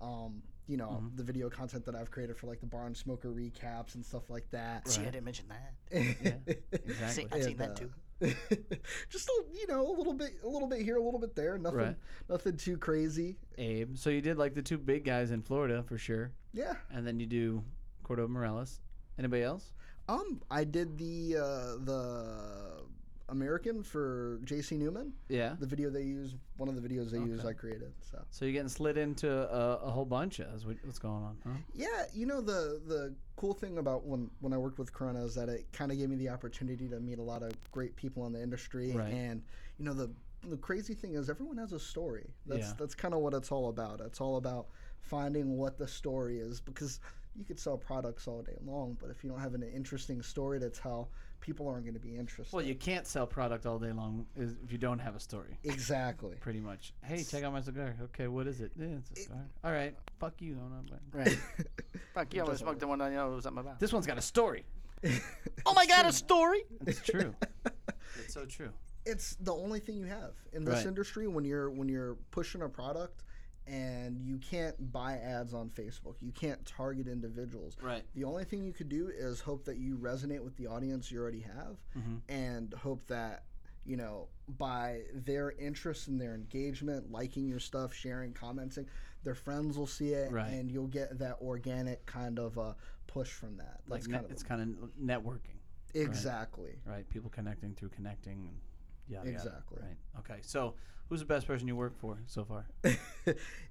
um, you know,
Mm-hmm.
the video content that I've created for like the Barn Smoker recaps and stuff like that.
See, I didn't mention that. I've
Exactly.
seen, I've seen
And,
that
uh,
too.
just a, you know a little bit, a little bit here, a little bit there. Nothing,
Right.
nothing too crazy.
Abe. So you did like the two big guys in Florida for sure,
Yeah.
and then you do Cordova Morales. Anybody else?
Um, I did the uh, the American for J.C. Newman.
Yeah.
The video they use, one of the videos they use,
Okay.
I created. So.
So you're getting slid into a, a whole bunch. Of, is what, what's going on? Huh?
Yeah, you know the the cool thing about when when I worked with Corona is that it kind of gave me the opportunity to meet a lot of great people in the industry,
Right.
and you know the the crazy thing is everyone has a story. That's
Yeah.
that's kind of what it's all about. It's all about finding what the story is because you could sell products all day long, but if you don't have an interesting story to tell, people aren't going to be interested.
Well, you can't sell product all day long is- if you don't have a story.
exactly.
Pretty much. Hey, check out my cigar. Okay, what is it? Yeah, it's a cigar. All right. Fuck you. I'm not buying-
Right. Fuck, you almost smoked the one I know something about.
This one's got a story.
Oh my God, a story!
It's true. it's so true.
it's the only thing you have in this
Right.
industry when you're when you're pushing a product and you can't buy ads on Facebook. You can't target individuals.
Right.
The only thing you could do is hope that you resonate with the audience you already have
Mhm.
and hope that you know by their interest and their engagement, liking your stuff, sharing, commenting, their friends will see it
Right.
and you'll get that organic kind of uh, push from that.
Like
That's
net,
kind of
it's kind of networking,
exactly.
right? People connecting through connecting, and yada yada,
Exactly.
right. Okay, so who's the best person you work for so far?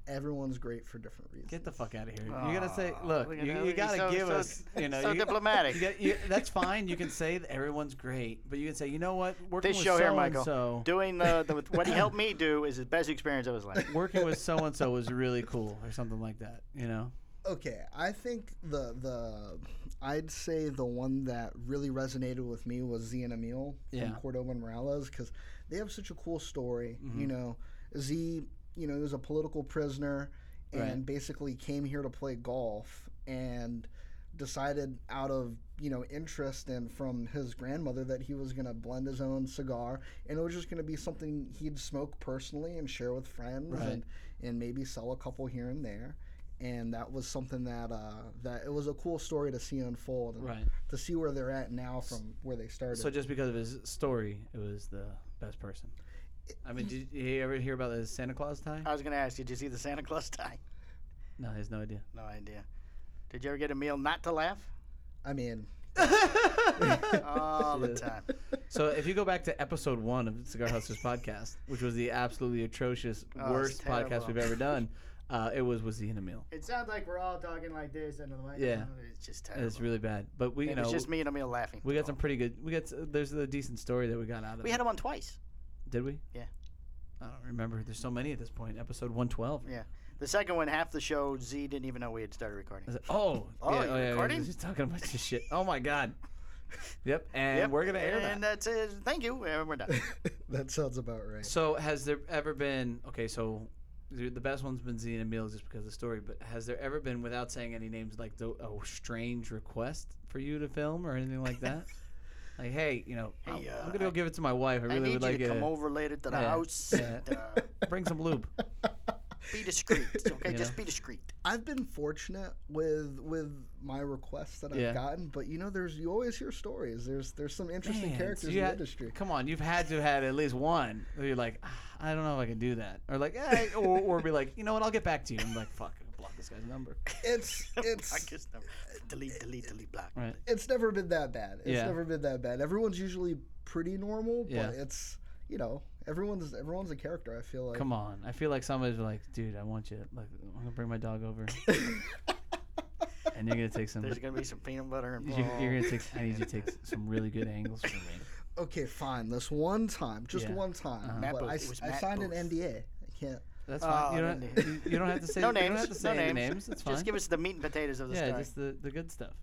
Everyone's great for different reasons.
Get the fuck out of here! you gotta say, look,
look at
you,
that.
you
He's
gotta
so-
give
so-
us, you know,
so
you,
diplomatic.
you got- you- that's fine. You can say that everyone's great, but you can say, you know what, working
This
with
show here,
so
Michael.
and so,
Doing the, the what he helped me do is the best experience of his life.
working with so and so was really cool, or something like that. You know,
Okay, I think the the I'd say the one that really resonated with me was Z and Emil
Yeah.
from Cordoba and Morales because they have such a cool story.
Mm-hmm.
You know, Z, you know, he was a political prisoner and
Right.
basically came here to play golf and decided out of you know interest and from his grandmother that he was going to blend his own cigar and it was just going to be something he'd smoke personally and share with friends
Right.
and and maybe sell a couple here and there and that was something that uh, that it was a cool story to see unfold and
right?
to see where they're at now from where they started.
So just because of his story, it was the best person. I mean, did you ever hear about the Santa Claus tie?
I was gonna ask, did you see the Santa Claus tie?
No, he has no idea.
No idea. Did you ever get a meal not to laugh?
I mean,
All the
Shit.
time.
So if you go back to episode one of Cigar Hustlers podcast, which was the absolutely atrocious,
Oh,
worst
it's
podcast
terrible.
we've ever done, uh, it was with Z and Emil.
It sounds like we're all talking like this and the microphone.
Yeah.
It's just
It
terrible.
was really bad, but we you
it
know
was just me and Emil laughing.
we got some pretty good. We got s- there's a decent story that we got out of.
We
it.
had him on twice.
Did we?
Yeah.
I don't remember. There's so many at this point. Episode 112.
Yeah. The second one, half the show, Z didn't even know we had started recording.
Is it- Oh,
Oh,
yeah,
you
oh, yeah, yeah,
recording?
We're just talking about this shit. Oh my god. Yep, and
Yep,
we're gonna air that.
And that's it. Thank you. and We're done.
that sounds about right.
So has there ever been okay? So the the best one's been Z and Emil just because of the story. But has there ever been, without saying any names, like the, a strange request for you to film or anything like that? like, hey, you know, I'm,
Hey, uh,
I'm gonna go give it to my wife. I
I
really
need you
would like
to
it.
come over later to the
yeah,
house.
yeah.
And, uh,
Bring some lube.
be discreet. Okay,
You
just be
know?
discreet.
I've been fortunate with with my requests that I've
Yeah.
gotten, but you know, there's you always hear stories. There's there's some interesting
Man,
characters
so
in
you
the
had-
industry.
Come on, you've had to have had at least one where you're like, "Ah, I don't know if I can do that, or like, hey, or, or be like, you know what, I'll get back to you. I'm like, fuck, I'll block this guy's number.
It's
block
it's
his number. Delete, delete, delete, block.
Right.
it's never been that bad. It's
Yeah.
never been that bad. Everyone's usually pretty normal,
Yeah.
but it's you know everyone's everyone's a character. I feel like.
Come on, I feel like somebody's like, dude, I want you. Like, I'm gonna bring my dog over, and you're gonna take some.
There's going to be some peanut butter and
you- You're gonna take. I need you to take some really good angles for me.
okay, fine. This one time, just
Yeah.
one time.
Uh-huh.
Matt
But
Booth.
I,
It was
I
Matt
signed
Booth.
an NDA. I can't.
That's fine. you
Oh,
don't.
no
you- You don't have to say.
no
you
names.
don't have to say
no
any
names.
names. It's fine.
Just give us the meat and potatoes of the
yeah,
story.
just the, the good stuff.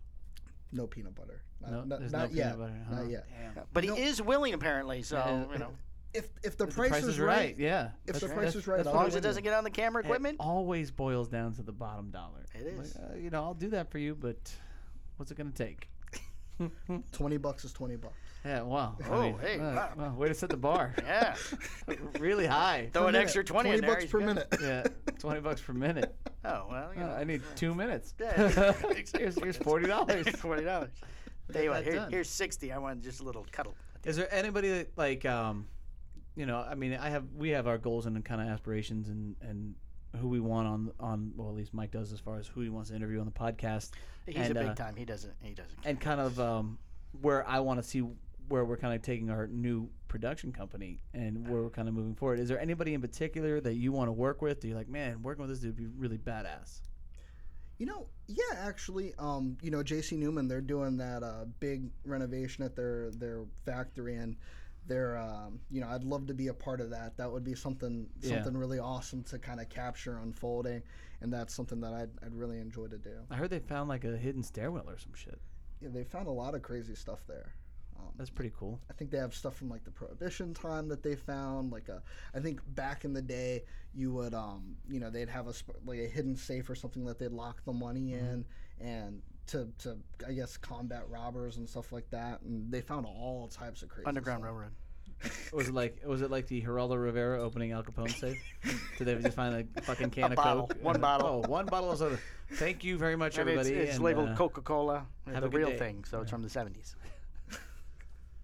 No peanut butter. Not,
No,
not,
there's
not
no
yet.
peanut butter.
Not
huh?
yet.
Damn.
But
No.
he is willing, apparently. So
Yeah.
you know,
If if the,
The
price, is right,
Yeah.
if the
That's-
price
that's-
is right,
that's
I'll
as
what
long
do
I
as it
it.
doesn't get on the camera
It
equipment,
always boils down to the bottom dollar.
It
Like,
is.
uh, you know, I'll do that for you, but what's it gonna take?
twenty bucks is twenty bucks.
Yeah, wow. I
Oh,
mean,
hey,
uh,
wow.
well, way to set the bar.
yeah,
really high.
throw
Per
an
minute.
extra twenty, in there.
bucks
he's
per
good.
minute.
Yeah, twenty bucks per minute.
Oh well, you
Uh,
know,
I need two minutes.
Yeah.
here's, here's forty dollars.
forty dollars. Tell you
Get
what,
that
here,
done.
here's sixty. I want just a little cuddle.
Is there anybody that like, um, you know, I mean, I have we have our goals and kind of aspirations and and who we want on on well at least Mike does as far as who he wants to interview on the podcast
He's
And,
a big
uh,
time. He doesn't. He doesn't.
and kind of um, where I want to see where we're kind of taking our new production company and where we're kind of moving forward. Is there anybody in particular that you want to work with? That you're like, man, working with this dude would be really badass.
You know, yeah, actually, um, you know, J.C. Newman, they're doing that uh, big renovation at their their factory, and they're, um, you know, I'd love to be a part of that. That would be something
Yeah.
something really awesome to kind of capture unfolding, and that's something that I'd, I'd really enjoy to do.
I heard they found like a hidden stairwell or some shit.
Yeah, they found a lot of crazy stuff there. Um,
That's pretty cool.
I think they have stuff from like the prohibition time that they found. Like a, I think back in the day, you would, um, you know, they'd have a sp- like a hidden safe or something that they'd lock the money
Mm-hmm.
in, and to to I guess combat robbers and stuff like that. And they found all types of crazy
Underground
stuff.
Railroad.
Was it like was it like the Geraldo Rivera opening Al Capone safe? Did they just find a fucking can
A
of
bottle.
Coke?
One
and-
bottle.
Oh, one bottle of soda. Thank you very much,
And it's,
everybody.
it's
and,
labeled
uh,
Coca Cola,
have
the
a good
real
day.
thing. So it's from the 70s.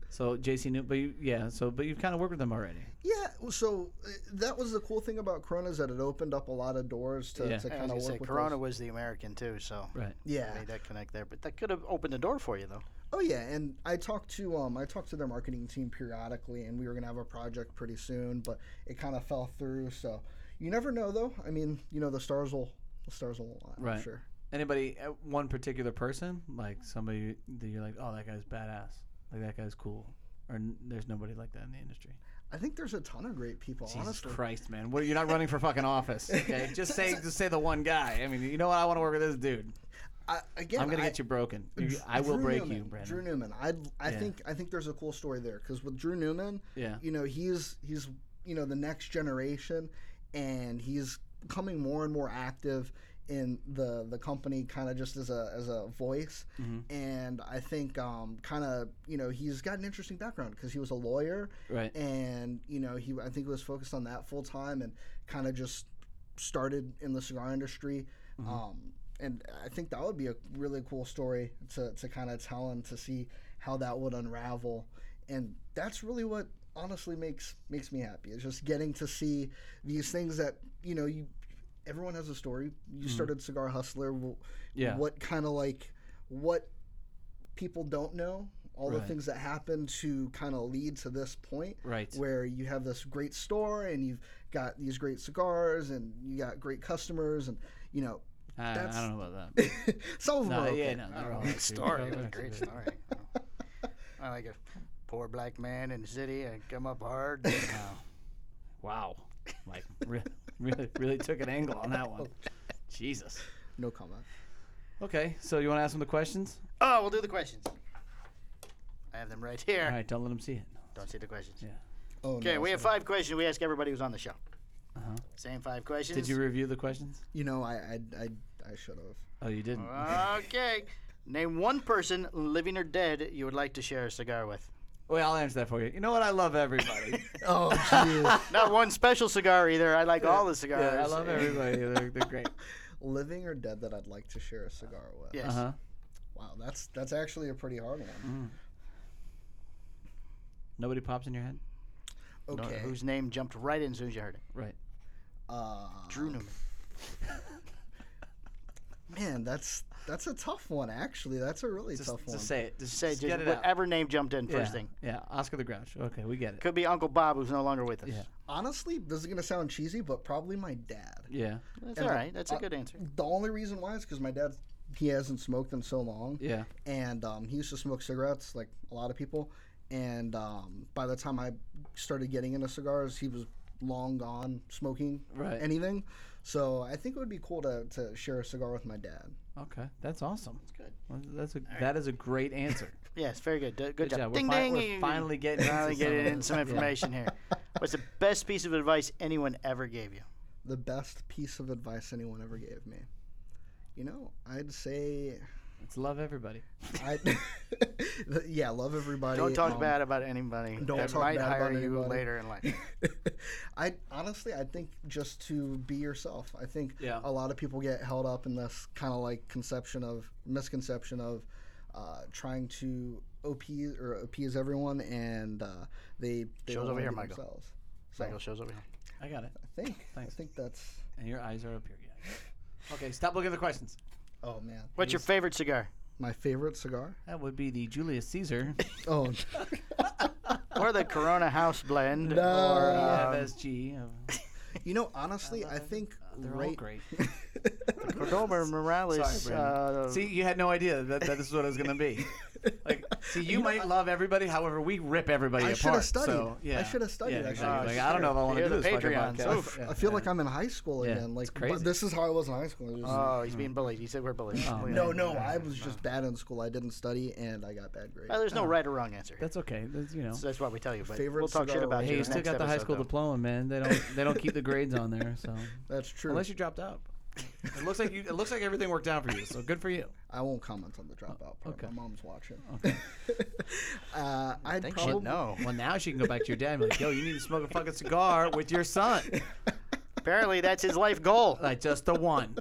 So JC knew, but you, yeah. So but you've kind of worked with them already.
Yeah, well, so uh, that was the cool thing about Corona is that it opened up a lot of doors
Yeah.
to, to
I was
kind
gonna
of work
say
with
Corona
those-
was the American too, so
Right.
Yeah.
made that connect there. But that could have opened the door for you though.
Oh yeah, and I talked to um I talked to their marketing team periodically, and we were gonna have a project pretty soon, but it kind of fell through. So you never know, though. I mean, you know, the stars will the stars will align. I'm
Right.
sure.
Anybody, uh, one particular person, like somebody that you're like, oh, that guy's badass. Like that guy's cool. Or n- there's nobody like that in the industry.
I think there's a ton of great people.
Jesus
honestly,
Christ, man! What, you're not running for fucking office. Okay, just say just say the one guy. I mean, you know what? I want to work with this dude.
I, again,
I'm gonna
I-
get you broken. You,
Dr-
I will
Drew
break
Newman,
you, Brandon.
Drew Newman. I I
Yeah.
think I think there's a cool story there because with Drew Newman,
Yeah.
you know, he's he's you know the next generation, and he's becoming more and more active in the the company, kind of just as a as a voice. And I think um, kind of you know he's got an interesting background because he was a lawyer,
Right.
and you know he I think was focused on that full time and kind of just started in the cigar industry.
Mm-hmm.
Um, and I think that would be a really cool story to, to kind of tell and to see how that would unravel. And that's really what honestly makes makes me happy. It's just getting to see these things that you know you everyone has a story. You started Cigar Hustler. w-
Mm-hmm. Yeah.
What kind of like what people don't know, all the
Right.
things that happen to kind of lead to this point
Right.
where you have this great store and you've got these great cigars and you got great customers and you know
I, I
that's-
don't know about that.
some of them
No,
are okay.
yeah, no, they're all right, dude.
story.
They're all
What a
right,
great
dude.
story. I like a poor black man in the city and come up hard.
Wow. Like really, really, really took an angle on that one. Jesus.
no comment
Okay, so you want to ask them the questions?
oh, we'll do the questions. I have them right here.
All right, don't let them see it.
Don't see the questions.
Yeah.
oh
Okay,
no,
we
so-
have five questions. We ask everybody who's on the show.
Uh-huh.
Same five questions.
Did you review the questions?
you know i i i, I should have
Oh, you didn't.
okay. Name one person, living or dead, you would like to share a cigar with.
Wait, I'll answer that for you. You know what? I love everybody.
oh jeez
Not one special cigar either. I like all the cigars.
yeah, I love everybody. They're, they're great.
living or dead that i'd like to share a cigar with
Yes.
Uh huh.
wow that's that's actually a pretty hard one
Nobody pops in your head?
No,
okay
whose name jumped right in as soon as you heard it?
Right.
uh
Drew
Oh,
Newman.
man that's that's a tough one actually that's a really
Just,
tough one
just say it. Just,
Say
just
just
get it out.
whatever name jumped in
yeah.
first thing.
Yeah, Oscar the Grouch. Okay, we get it.
Could be Uncle Bob, who's no longer with us.
Yeah.
honestly this is gonna sound cheesy but probably my dad
Yeah.
That's
And
all
the-
right.
uh,
That's a good answer.
The only reason why is because my dad, he hasn't smoked in so long,
Yeah.
and um, he used to smoke cigarettes like a lot of people. And um, by the time I started getting into cigars, he was long gone smoking
Right.
anything. So I think it would be cool to, to share a cigar with my dad.
Okay, that's awesome. That's
good.
That's a that is a great answer.
Yes, very good. Good,
Good
job.
job. We're
Ding
fi-
ding.
we're finally getting
finally
into some
getting
of
in
this.
some
Yeah.
information here. What's the best piece of advice anyone ever gave you?
The best piece of advice anyone ever gave me. You know, I'd say,
Let's love everybody.
I, yeah, love everybody.
Don't talk
um,
bad about anybody.
don't
that
talk
might
bad about
hire you
anybody.
later in life.
I honestly, I think just to be yourself. I think
Yeah.
a lot of people get held up in this kind of like conception of misconception of uh, trying to op or appease everyone, and uh, they,
Shows
they don't
over
wanna
here,
be
Michael.
Themselves. So
Michael shows over here.
I got it.
I think
Thanks.
I think that's
And your eyes are up here. Yeah. Okay, stop looking at the questions.
oh man,
What's your favorite cigar?
my favorite cigar.
That would be the Julius Caesar
Oh,
or the Corona House blend?
No.
Or,
Yeah,
um,
EFSG. uh,
you know, honestly, I think
they're all
right.
great.
Cordoba Morales.
Sorry, Brandon.
uh,
See, you had no idea that, that this is what it was going to be. Like, see, you, might love everybody, however, we rip everybody
I
apart.
should have studied.
So, yeah.
I should have studied.
Yeah,
actually.
exactly.
Oh,
Like, I don't know if I want to
You're
do
the
this fucking
Patreons.
podcast.
Oof.
Yeah,
I feel
yeah.
like I'm in high school
Yeah,
again. Like
it's crazy. Uh,
this is how I was in high school. It was just-
Oh, he's being bullied. He said we're bullied.
Oh,
Please.
No, no, I was just Uh, bad in school. I didn't study, and I got bad grades.
Well, there's no right or wrong answer. That's,
That's okay. That's, you know.
so that's why we tell you. But
Favorite
we'll talk shit
cigar
about you.
was-
Hey, you
in the
still
uh, next
got the high
episode,
school
though.
diploma, man. They don't they don't keep the grades on there, so
That's true.
unless you dropped out. It looks like you. It looks like everything worked out for you. So good for you.
I won't comment on the dropout part.
okay.
My mom's watching. uh, I'd
Think
probably
she'd know.
Well, now she can go back to your dad and be like, "Yo, you need to smoke a fucking cigar with your son."
Apparently, that's his life goal.
Like just the one.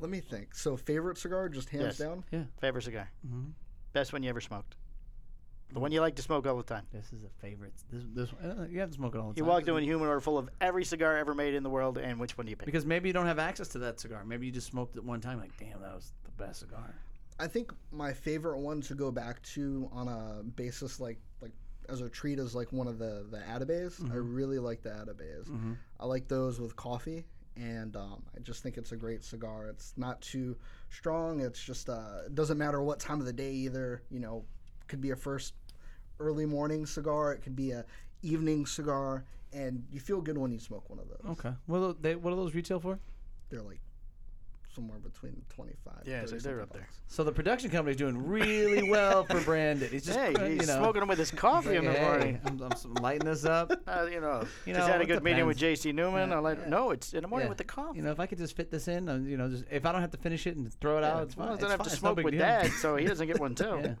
Let me think. So favorite cigar, just hands
Yes.
down.
Yeah.
Favorite cigar.
Mhm.
Best one you ever smoked. The one you like to smoke all the time.
This is a favorite. This this uh, you have to smoke it all the
You
time.
walked into a humidor full of every cigar ever made in the world, and which one do you pick?
because maybe you don't have access to that cigar. Maybe you just smoked it one time. Like, damn, that was the best cigar.
I think my favorite one to go back to on a basis like like as a treat is like one of the the Atabays. I
Mm-hmm.
really like the Atabays. I like those with coffee, and um, I just think it's a great cigar. It's not too strong. It's just uh, it doesn't matter what time of the day either. You know, could be a first early morning cigar. It could be a evening cigar, and you feel good when you smoke one of
Oh.
those.
Okay. What are they? What are those retail for?
They're like somewhere between twenty five.
Yeah, it's like they're up there.
So the production company's doing really well for Brandon. He's just
hey,
uh,
he's
you know,
smoking them with his coffee in the
hey,
morning.
I'm, I'm s- lighting this up.
Uh, you know,
You
just
know,
had a
it
good meeting with
depends.
J.C. Newman.
Yeah,
I like,
yeah.
no, it's in the morning
Yeah.
with the coffee.
You know, if I could just fit this in, uh, you know, just if I don't have to finish it and throw it out, it's fine.
well,
it's
then I have
fine.
to
It's no
smoke
big
with
deal.
Dad, so he doesn't get one too.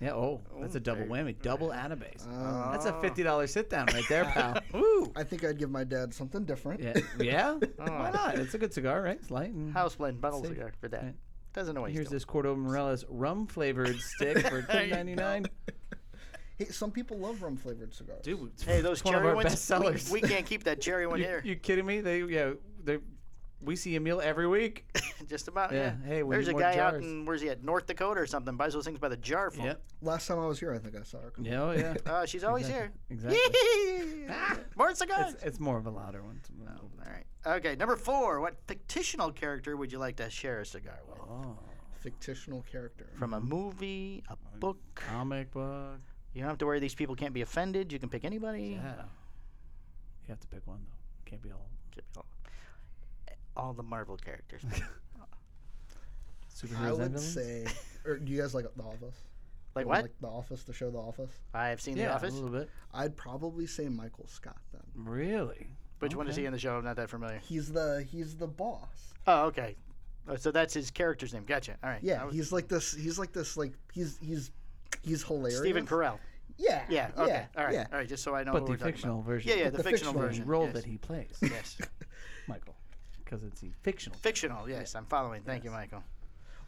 Yeah. Yeah. Oh, that's a double whammy. Double database.
Um,
that's
Oh.
a fifty dollars sit down right there, pal. Ooh.
I think I'd give my dad something different.
Yeah. Yeah. Why not? It's a good cigar, right? It's light. And
House blend bottle
Safe.
cigar for that.
Right.
Doesn't know what he's
Here's
doing.
this Cordova Morella's rum flavored stick
There
for
you
ten ninety nine.
Hey, some people love rum flavored cigars.
Dude, it's
Hey, those
one of
cherry
our
ones.
best sellers.
We, we can't keep that cherry one
you,
here.
you kidding me? They yeah they. We see a meal every week.
Just about. Yeah.
Yeah, hey, we
There's
need
a
more
guy out
jars.
in where's he at? North Dakota or something. Buys those things by the jar full.
Last time I was here, I think I saw her. come.
Yeah. oh, Yeah.
Uh, she's always
Exactly.
here. More cigars.
It's, it's more of a louder one.
All right. Okay. Number four. What fictional character would you like to share a cigar with?
Oh,
Fictional character.
From a movie, a book.
comic book.
You don't have to worry. These people can't be offended. You can pick anybody.
Yeah. You have to pick one though. Can't be all
Could be All, all the Marvel characters.
superheroes.
I
and
would
villains?
say, or do you guys like The Office?
like
Or
what?
Like The Office, the show The Office.
I've seen
yeah,
The Office.
a little bit.
I'd probably say Michael Scott then.
Really?
Which one is
Okay.
he in the show? I'm not that familiar.
He's the he's the boss.
Oh, okay. Oh, so that's his character's name. Gotcha. All right. I
Yeah,
was-
he's like this. He's like this. Like he's he's he's hilarious.
Stephen Carell.
Yeah.
Yeah. Okay.
yeah,
all right.
Yeah.
All right. Just so I know.
But
who
the
we're talking
fictional
about.
version.
Yeah, yeah.
But
The,
the
fictional,
fictional
version.
Role
yes.
that he plays,
Yes.
Michael, because it's a fictional.
fictional. Yes. I'm following. Thank you, Michael.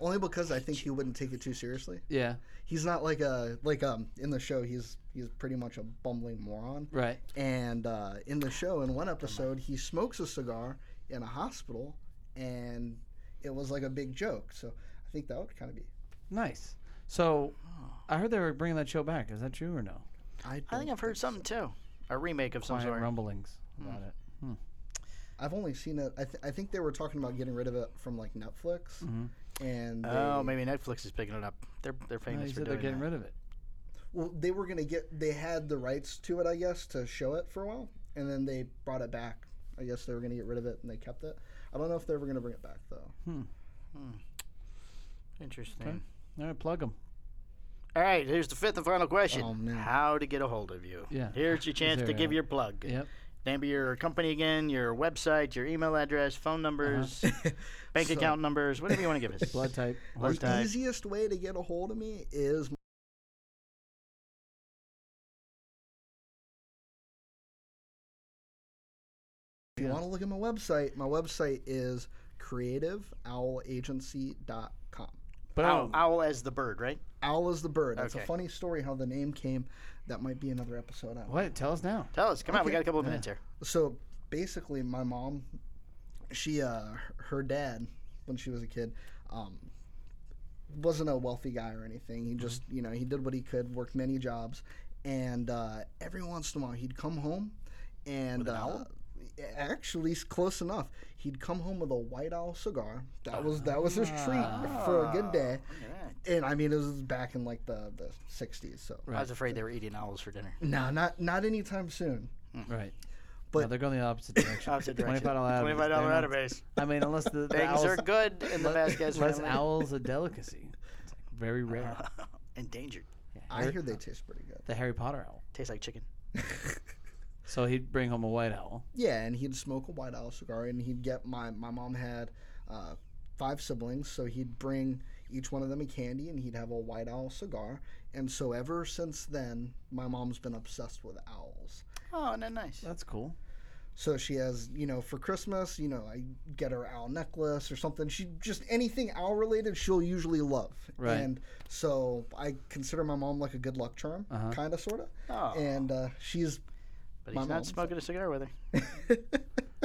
Only because I think he wouldn't take it too seriously.
Yeah.
He's not like a like um in the show. He's he's pretty much a bumbling moron.
Right.
And uh, in the show, in one episode, he smokes a cigar in a hospital, and it was like a big joke. So I think that would kind of be.
Nice. So, I heard they were bringing that show back. Is that true or no?
I think
don't
I've heard something too. A remake of some
Quiet
sort.
rumblings
Hmm.
about it.
I've only seen it. I, th- I think they were talking about getting rid of it from like Netflix, and
Mm-hmm. Oh,
they,
maybe Netflix is picking it up. They're they're
No,
famous
you
for
said they're
doing
getting
that.
rid of it.
well, they were gonna get. They had the rights to it, I guess, to show it for a while, and then they brought it back. I guess they were gonna get rid of it, and they kept it. I don't know if they were gonna bring it back though.
Interesting.
All right, plug them.
All right. Here's the fifth and final question.
Oh, man.
How to get a hold of you?
Yeah.
Here's your chance to
there
give
a-
your plug.
Yep.
Name of your company again, your website, your email address,
Uh-huh.
phone numbers, bank account numbers, whatever you want to give us.
Blood type.
Blood
the
type.
easiest way to get a hold of me is If you
Yeah.
want to look at my website, my website is creativeowlagency.com.
Owl,
Boom.
owl as the bird, right?
Owl is the bird. It's
Okay.
a funny story how the name came. That might be another episode. Out.
What? Tell us now.
Tell us. Come on, we
Okay.
got a couple of minutes here.
So basically, my mom, she, uh, her dad, when she was a kid, um, wasn't a wealthy guy or anything. He just, you know, he did what he could, worked many jobs, and uh, every once in a while he'd come home, and uh, actually s- close enough, he'd come home with a white owl cigar. That was that was his treat
Uh,
for a
Ah,
good day. And I mean, it was back in like the, the 60s. So
I was afraid they were eating owls for dinner.
no, not not anytime soon.
Right. But
But-
no, they're going the opposite direction.
Opposite direction.
Twenty-five dollar out.
$25 database.
I mean, unless the, the
Things
owls,
are good in the Vasquez
unless
family. Uh,
owls a delicacy. It's like very rare.
Endangered.
I hear they taste pretty good.
The Harry Potter owl.
Tastes like chicken.
So he'd bring home a white owl.
Yeah, and he'd smoke a White Owl cigar, and he'd get my my mom had uh, five siblings, so he'd bring each one of them a candy, and he'd have a White Owl cigar. And so ever since then, my mom's been obsessed with owls.
Oh, and then nice.
That's cool.
So she has, you know, for Christmas, you know, I get her owl necklace or something. She just anything owl related, she'll usually love.
Right.
And so I consider my mom like a good luck charm,
Uh-huh.
kind of, sort of.
Oh,
And uh, she's
but
my
he's
mom,
not smoking a cigar with her.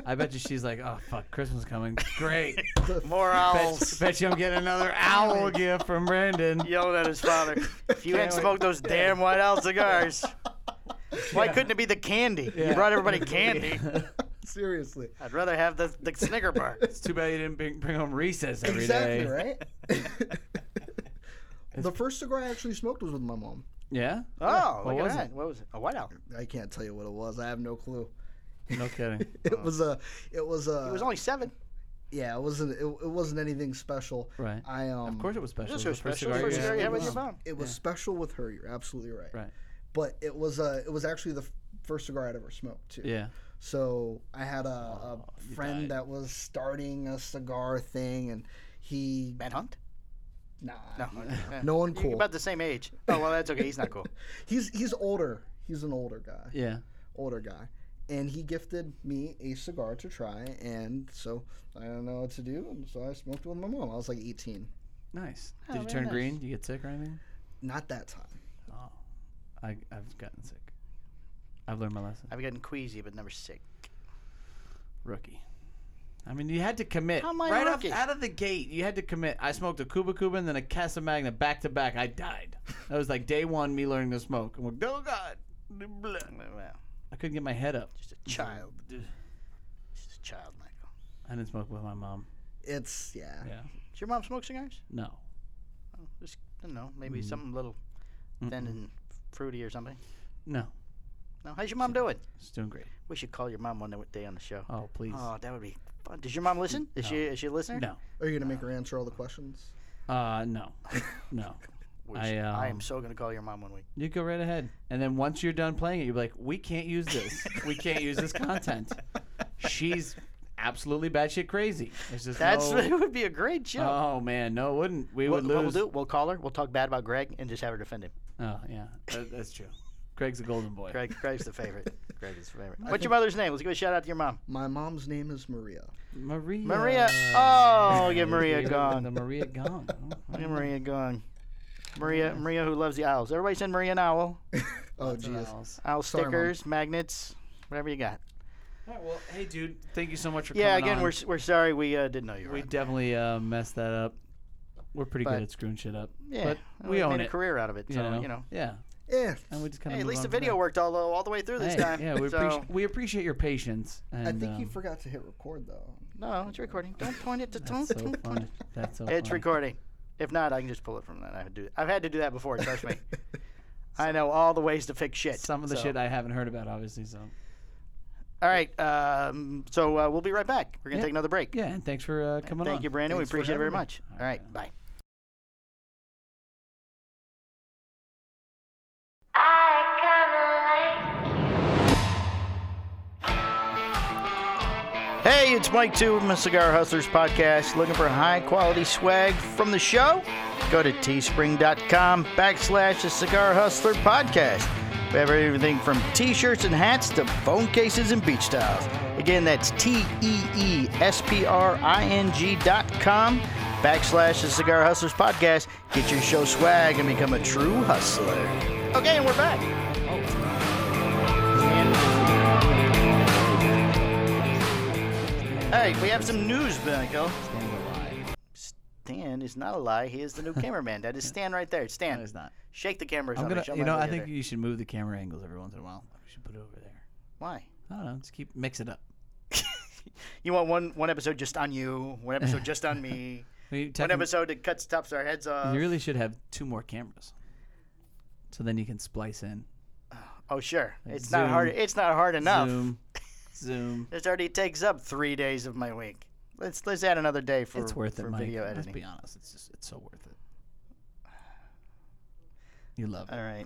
I bet you she's like, oh fuck, Christmas coming. Great.
More
bet,
owls.
bet you I'm getting another owl gift from Brandon.
Yelled at his father. If you hadn't
wait.
smoked those damn white owl cigars, why couldn't it be the candy? You brought everybody candy.
seriously.
I'd rather have the, the Snicker bar.
It's too bad you didn't bring, bring home recess every day.
exactly right. the first cigar I actually smoked was with my mom.
Yeah.
Oh,
What
look
was
at
it?
that. What was it? A white owl.
I can't tell you what it was. I have no clue.
No kidding.
It was a. It was a.
Uh,
It was only seven.
yeah, it wasn't. It, it wasn't anything special.
Right.
I um.
Of course it was special.
This
It
was
was the first
special.
cigar
First
you
cigar you
had
had
with
with your
mom.
mom.
It was special with her. You're absolutely right.
Right.
But it was a. It was actually the f- first cigar I'd ever smoked too.
Yeah. Oh,
So I had a, a
you
friend
died.
that was starting a cigar thing, and he
Manhunt?
nah.
No. Eh.
No one
You're
cool.
about the same age. Oh, well, that's okay. He's not cool.
He's he's older. He's an older guy.
Yeah.
older guy, and he gifted me a cigar to try, and so I don't know what to do, and so I smoked with my mom. I was like 18.
Nice.
Oh,
Did you
very
turn
nice.
green? Did you get sick or anything?
Not that time.
Oh, I, I've gotten sick. I've learned my lesson.
I've gotten queasy, but never sick.
Rookie. I mean, you had to commit
How am I a
right off,
rookie?
out of the gate. You had to commit. I smoked a Cuba Cuba and then a Casa Magna back to back. I died. That was like day one, me learning to smoke. I'm like, oh god,
Well,
I couldn't get my head up.
just a child. Just a child, Michael.
I didn't smoke with my mom.
It's yeah.
Yeah.
Does your mom smoke cigars?
No.
Oh, just, I don't know.
Mm-hmm.
Maybe something a little thin
Mm-mm.
and fruity or something.
No.
No, how's your mom doing?
She's doing great.
We should call your mom one day on the show.
Oh please.
Oh, that would be fun. Does your mom listen? Is she is she a listener?
no.
Are you gonna make her answer all the questions?
Uh no. No.
We
I,
should- I am
um,
so gonna call your mom one week.
You go right ahead. And then once you're done playing it, you're like, we can't use this. we can't use this content. She's absolutely batshit crazy. It's just
That's
no-
it would be a great show.
Oh man, no, it wouldn't. We
what,
would
what we'll
lose.
do? We'll call her. We'll talk bad about Greg and just have her defend him.
Oh yeah, that, that's true. Craig's a golden boy.
Greg, Greg's the favorite. Greg is the favorite. What's your mother's name? Let's give a shout out to your mom,
My mom's name is Maria.
Maria.
Maria. Oh, get Maria
Give The
gone.
Maria gone. Oh,
Get Maria gone. Maria, Maria, who loves the owls. Everybody send Maria an owl.
Oh
that's what
jeez.
I was.
Owl
Sorry, Mom.
stickers, magnets, whatever you got.
All right, well, hey dude, thank you so much for
Yeah,
coming
again,
on.
we're s- we're sorry we uh, didn't know you were.
we
on.
definitely uh, messed that up. We're pretty
But-
good at screwing shit up.
yeah,
but
well,
we own
made
it,
a career out of it.
You,
so
know?
you know.
Yeah,
Yeah.
and we just kind of
Hey, at least the video worked all the, all the way through this time.
Yeah, we,
so,
appreciate, we appreciate your patience. And,
I think you
um,
forgot to hit record though.
No, it's recording. Don't point it to
That's
don't,
so
don't point
funny. That's so
it. It's
funny.
recording. If not, I can just pull it from that. I do. I've had to do that before. Trust me. I know all the ways to fix shit.
Some of the
so.
shit I haven't heard about, obviously. So
All right. Um, so uh, we'll be right back. We're gonna
Yeah.
take another break.
yeah, and thanks for uh, coming
Thank
on.
you, Brandon.
Thanks for
we appreciate it very
having me.
much.
All
All right.
right.
Bye. Hey, it's Mike Two from the Cigar Hustlers Podcast. Looking for high quality swag from the show? Go to teespring.com backslash the Cigar Hustler Podcast. We have everything from t shirts and hats to phone cases and beach towels. Again, that's T E E S P R I N G dot com backslash the Cigar Hustlers Podcast. Get your show swag and become a true hustler. Okay, and we're back. All right, we have some news, Michael. Stan is not a lie. He is the new cameraman. That is Stan right there. Stan,
No, it's not.
shake the camera. or
I'm
something.
gonna.
Show
You
my
know, I
video
think
there.
you should move the camera angles every once in a while. We should put it over there.
Why?
I don't know. Just keep mix it up.
You want one one episode just on you, one episode just on me,
I mean,
one
technically,
episode that cuts tops our heads off.
you really should have two more cameras, so then you can splice in.
Oh sure, it's not hard.
Zoom.
It's not hard enough.
Zoom, zoom.
This already takes up three days of my week. Let's let's add another day for
it's worth
for
it, Mike.
video
Let's
editing.
be honest. It's just it's so worth it. You love it.
All right.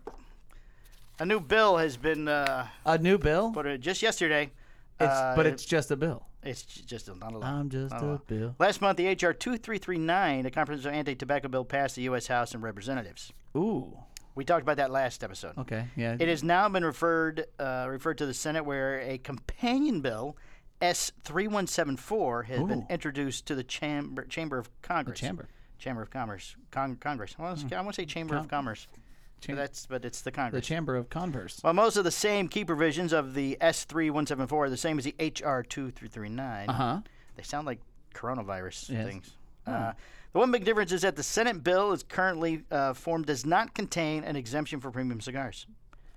A new bill has been uh,
A new bill?
put in just yesterday.
It's,
Uh,
but it's Um, just a bill.
it's j- just not a lot.
I'm just
Oh,
a bill.
Last month, the H.R. 2339, the Comprehensive Anti Tobacco Bill, passed the U.S. House and Representatives.
Ooh.
We talked about that last episode.
Okay. Oh, Yeah.
It has now been referred uh, referred to the Senate, where a companion bill, S three one seven four, has been
Ooh.
introduced to the chamber Chamber of Congress.
chamber. Hmm.
Chamber of Commerce. Con- Congress. Well, it's- I want to say Chamber of Commerce. but
Cham-
that's but it's the
the
Congress.
Chamber of Converse.
well, most of the same key provisions of the S three one seven four are the same as the HR two three three nine.
Uh huh.
They sound like coronavirus
Yes.
things. Uh, the one big difference is that the Senate bill is currently uh, formed does not contain an exemption for premium cigars.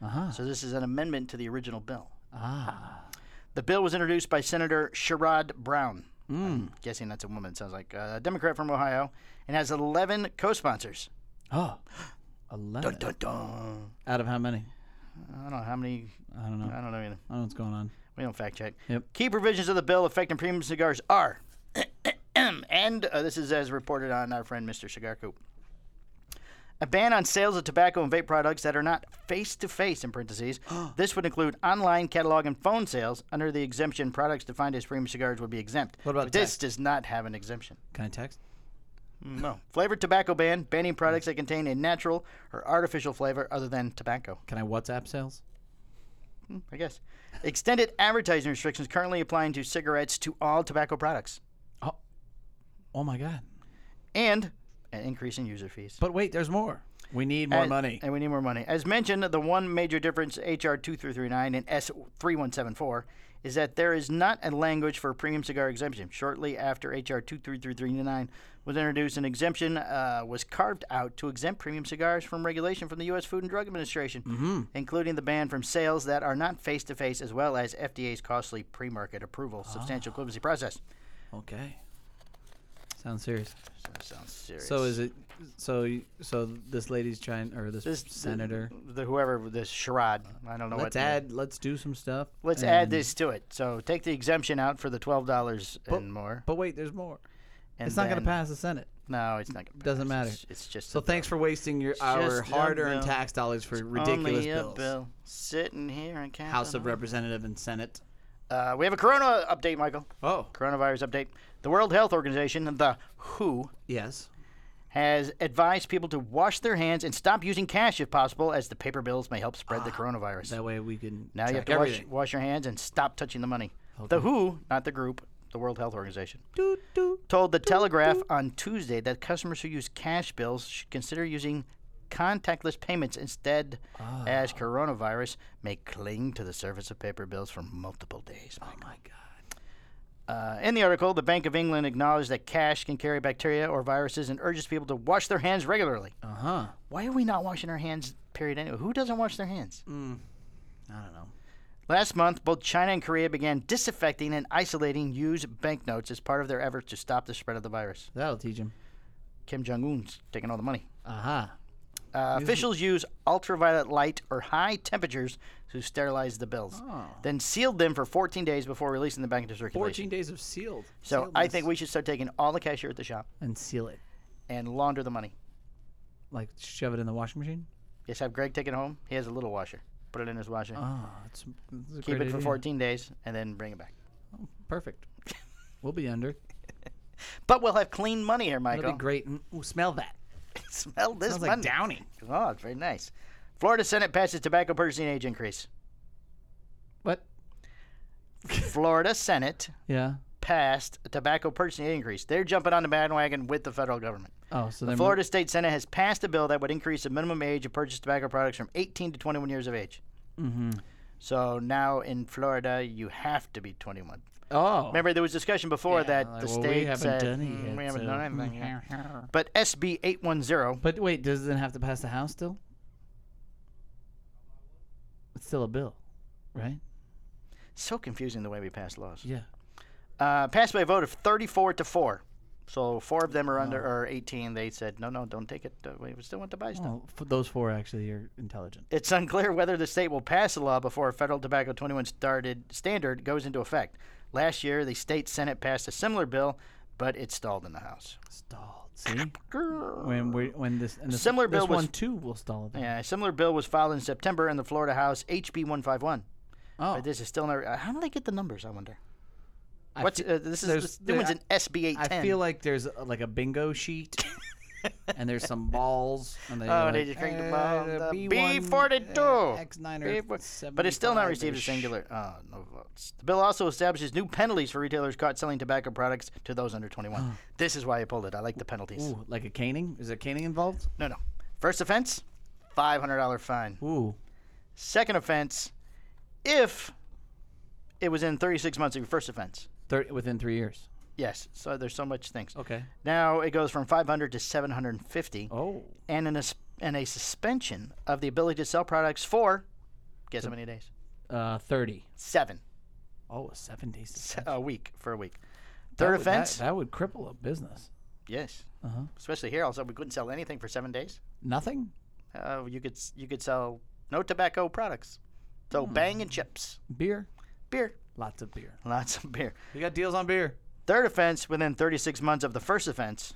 Uh huh.
So this is an amendment to the original bill.
Ah.
The bill was introduced by Senator Sherrod Brown. I'm guessing that's a woman. Sounds like uh, a Democrat from Ohio, and has 11 co-sponsors.
Oh. 11. Out of how many?
I don't know how many.
I don't know.
I don't know either.
I don't know what's going on.
We don't fact check.
Yep.
Key provisions of the bill affecting premium cigars are, and uh, this is as reported on our friend Mr. Cigar Coop, a ban on sales of tobacco and vape products that are not face to face, in parentheses. this would include online, catalog, and phone sales. Under the exemption, products defined as premium cigars would be exempt.
What about
But this does not have an exemption.
Can I text?
No. Flavored tobacco ban, banning products that contain a natural or artificial flavor other than tobacco.
Can I WhatsApp sales?
Hmm, I guess. Extended advertising restrictions currently applying to cigarettes to all tobacco products.
Oh my God.
And an increase in user fees.
But wait, there's more. We need more
And-
money.
And we need more money. As mentioned, the one major difference HR 2339 and S3174 is that there is not a language for premium cigar exemption. Shortly after HR 2339 was introduced, an exemption uh, was carved out to exempt premium cigars from regulation from the U.S. Food and Drug Administration,
Mm-hmm.
including the ban from sales that are not face to face, as well as FDA's costly pre market approval
Ah.
substantial equivalency process.
Okay. Sounds serious.
So that sounds serious.
So is it? So y- so this lady's trying, or this,
This-
senator?
The, whoever this charade, I don't know what
Let's
the-
add. Let's do some stuff.
Let's add
and-
this to it. So take the exemption out for the twelve dollars and more.
But wait, there's more.
and
it's not going
then-
to pass the Senate.
No, it's not gonna. Pass.
Doesn't matter.
It's, it's just.
So
a
thanks
bill.
for wasting your our
just a
hard-earned
bill.
tax dollars for ridiculous
Only a
bills.
bill sitting here in Capitol.
House of Representative and Senate.
Uh, we have a Corona update, Michael.
Oh
Coronavirus update. The World Health Organization, the WHO,
yes.
has advised people to wash their hands and stop using cash if possible, as the paper bills may help spread the coronavirus.
Ah, That way we can
now you have
track
to wash,
everything. Oh,
wash your hands and stop touching the money. The WHO, not the group, the World Health Organization.
Doo, doo.
told the Telegraph on Tuesday that customers who use cash bills should consider using contactless payments instead, as
Ah.
coronavirus may cling to the surface of paper bills for multiple days.
Oh my God.
Uh, in the article, the Bank of England acknowledged that cash can carry bacteria or viruses and urges people to wash their hands regularly.
Uh huh.
Why are we not washing our hands? Period. Anyway, who doesn't wash their hands?
Mm. I don't know.
Last month, both China and Korea began disaffecting and isolating used banknotes as part of their effort to stop the spread of the virus.
That'll teach Uh-huh. him.
Kim Jong Un's taking all the money.
Aha.
Uh, officials use ultraviolet light or high temperatures to sterilize the bills,
Oh.
then sealed them for 14 days before releasing them back into circulation.
Fourteen days of sealed.
So
Sealed
I
this.
think we should start taking all the cash here at the shop
and seal it.
and launder the money.
Like shove it in the washing machine.
Just have Greg take it home. He has a little washer. Put it in his washer.
Oh, it's, it's a
Keep
great
it for
idea.
14 days and then bring it back.
Perfect. We'll be under.
But we'll have clean money here,
That'll
Michael.
be great. Mm, Ooh, smell that.
Smell this
Smells
money.
like Downy.
oh, it's very nice. Florida Senate passes tobacco purchasing age increase.
What?
Florida Senate
Yeah.
passed a tobacco purchasing age increase. They're jumping on the bandwagon with the federal government.
Oh, so
The
then
Florida State Senate has passed a bill that would increase the minimum age of purchased tobacco products from 18 to 21 years of age.
Mm-hmm.
So now in Florida, you have to be 21.
Oh.
Remember, there was discussion before
Yeah,
that
like,
the
well,
state
we haven't
said
done it
"Mm,
yet.
we haven't
so- mm-hmm.
done anything yet." But SB 810,
But wait, does it have to pass the House still? It's still a bill, right?
so confusing the way we pass laws.
Yeah.
Uh, passed by a vote of 34 to 4. So four of them are under or 18. They said, no, no, don't take it. Uh, We still want to buy stuff.
Well, f- those four actually are intelligent.
It's unclear whether the state will pass a law before a federal tobacco 21 started standard goes into effect. Last year, the state senate passed a similar bill but it stalled in the House.
Stalled. See, when we when this and this,
Similar
this
bill was-
one too will stall. it.
Yeah, a similar bill was filed in September in the Florida House, HB 151.
Oh,
But this is still never. How do they get the numbers? I wonder.
I
What's
fe-
uh, this is?
there's-
This, new
there-
one's an SB
I
810.
feel like there's uh, like a bingo sheet, and there's some balls, and they.
Oh,
like,
they just crank the ball.
uh,
The
B1,
B42.
uh, X9 or
Paper- But it's still not received a
75 -ish.
singular. Oh, no votes. The bill also establishes new penalties for retailers caught selling tobacco products to those under 21. this is why I pulled it. I like the penalties.
Ooh, like a caning? Is there caning involved?
No, no. First offense, $500 fine.
Ooh,
Second offense, if it was in 36 months of your first offense.
thir- within three years.
Yes. So there's so much things.
Okay.
Now it goes from 500 to 750
Oh,
and an as- and a suspension of the ability to sell products for guess how many days?
uh, thirty.
7
Oh, a seven days. to
S-
sell.
a week for a week.
That
Third
would- that-
offense?
That, would cripple a business.
Yes.
Uh-huh.
Especially here, also we couldn't sell anything for seven days.
Nothing.
Uh, you could s- you could sell no tobacco products,
Hmm.
so bang and chips,
Beer.
beer,
Lots of beer.
lots of beer.
We got deals on beer.
Third offense within 36 months of the first offense.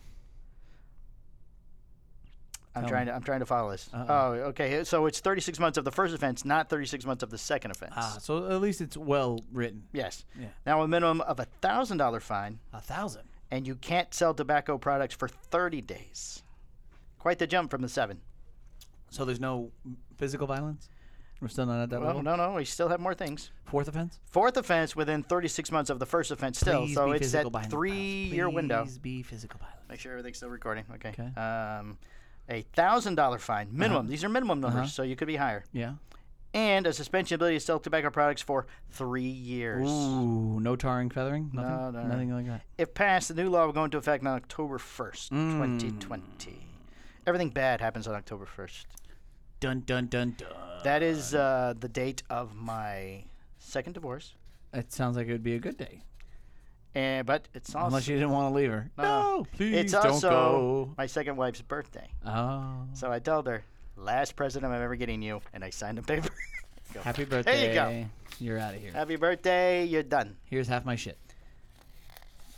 I'm
Tell
trying to I'm trying to follow this.
Uh-uh.
Oh, okay. So it's 36 months of the first offense, not 36 months of the second offense.
Ah, so at least it's well written.
Yes.
Yeah.
Now a minimum of a thousand dollar fine,
A thousand.
and you can't sell tobacco products for 30 days. Quite the jump from the seven.
So there's no physical violence. We're still not at that
Well,
level.
no, no, we still have more things.
Fourth offense.
Fourth offense within 36 months of the first offense, still.
Please
so
be
it's
physical
that
violence.
three-year window.
Please be physical violence.
Make sure everything's still recording. Okay.
Okay.
Um, a thousand dollar fine minimum. These are minimum numbers,
Uh-huh.
so you could be higher.
Yeah.
And a suspension ability to sell tobacco products for three years.
Ooh, no tarring, feathering, nothing,
No, no, no.
nothing like that.
If passed, the new law will go into effect on October 1st, 2020. Everything bad happens on October 1st.
Dun dun dun dun.
That is uh, the date of my second divorce.
That sounds like it would be a good day,
And, but it's also
unless you didn't want to leave her.
No.
please
it's
don't
also
go.
my second wife's birthday.
Oh,
So I told her, last present I'm ever getting you, and I signed a paper. Go.
happy birthday!
you go.
You're out of here.
Happy birthday, you're done.
Here's half my shit.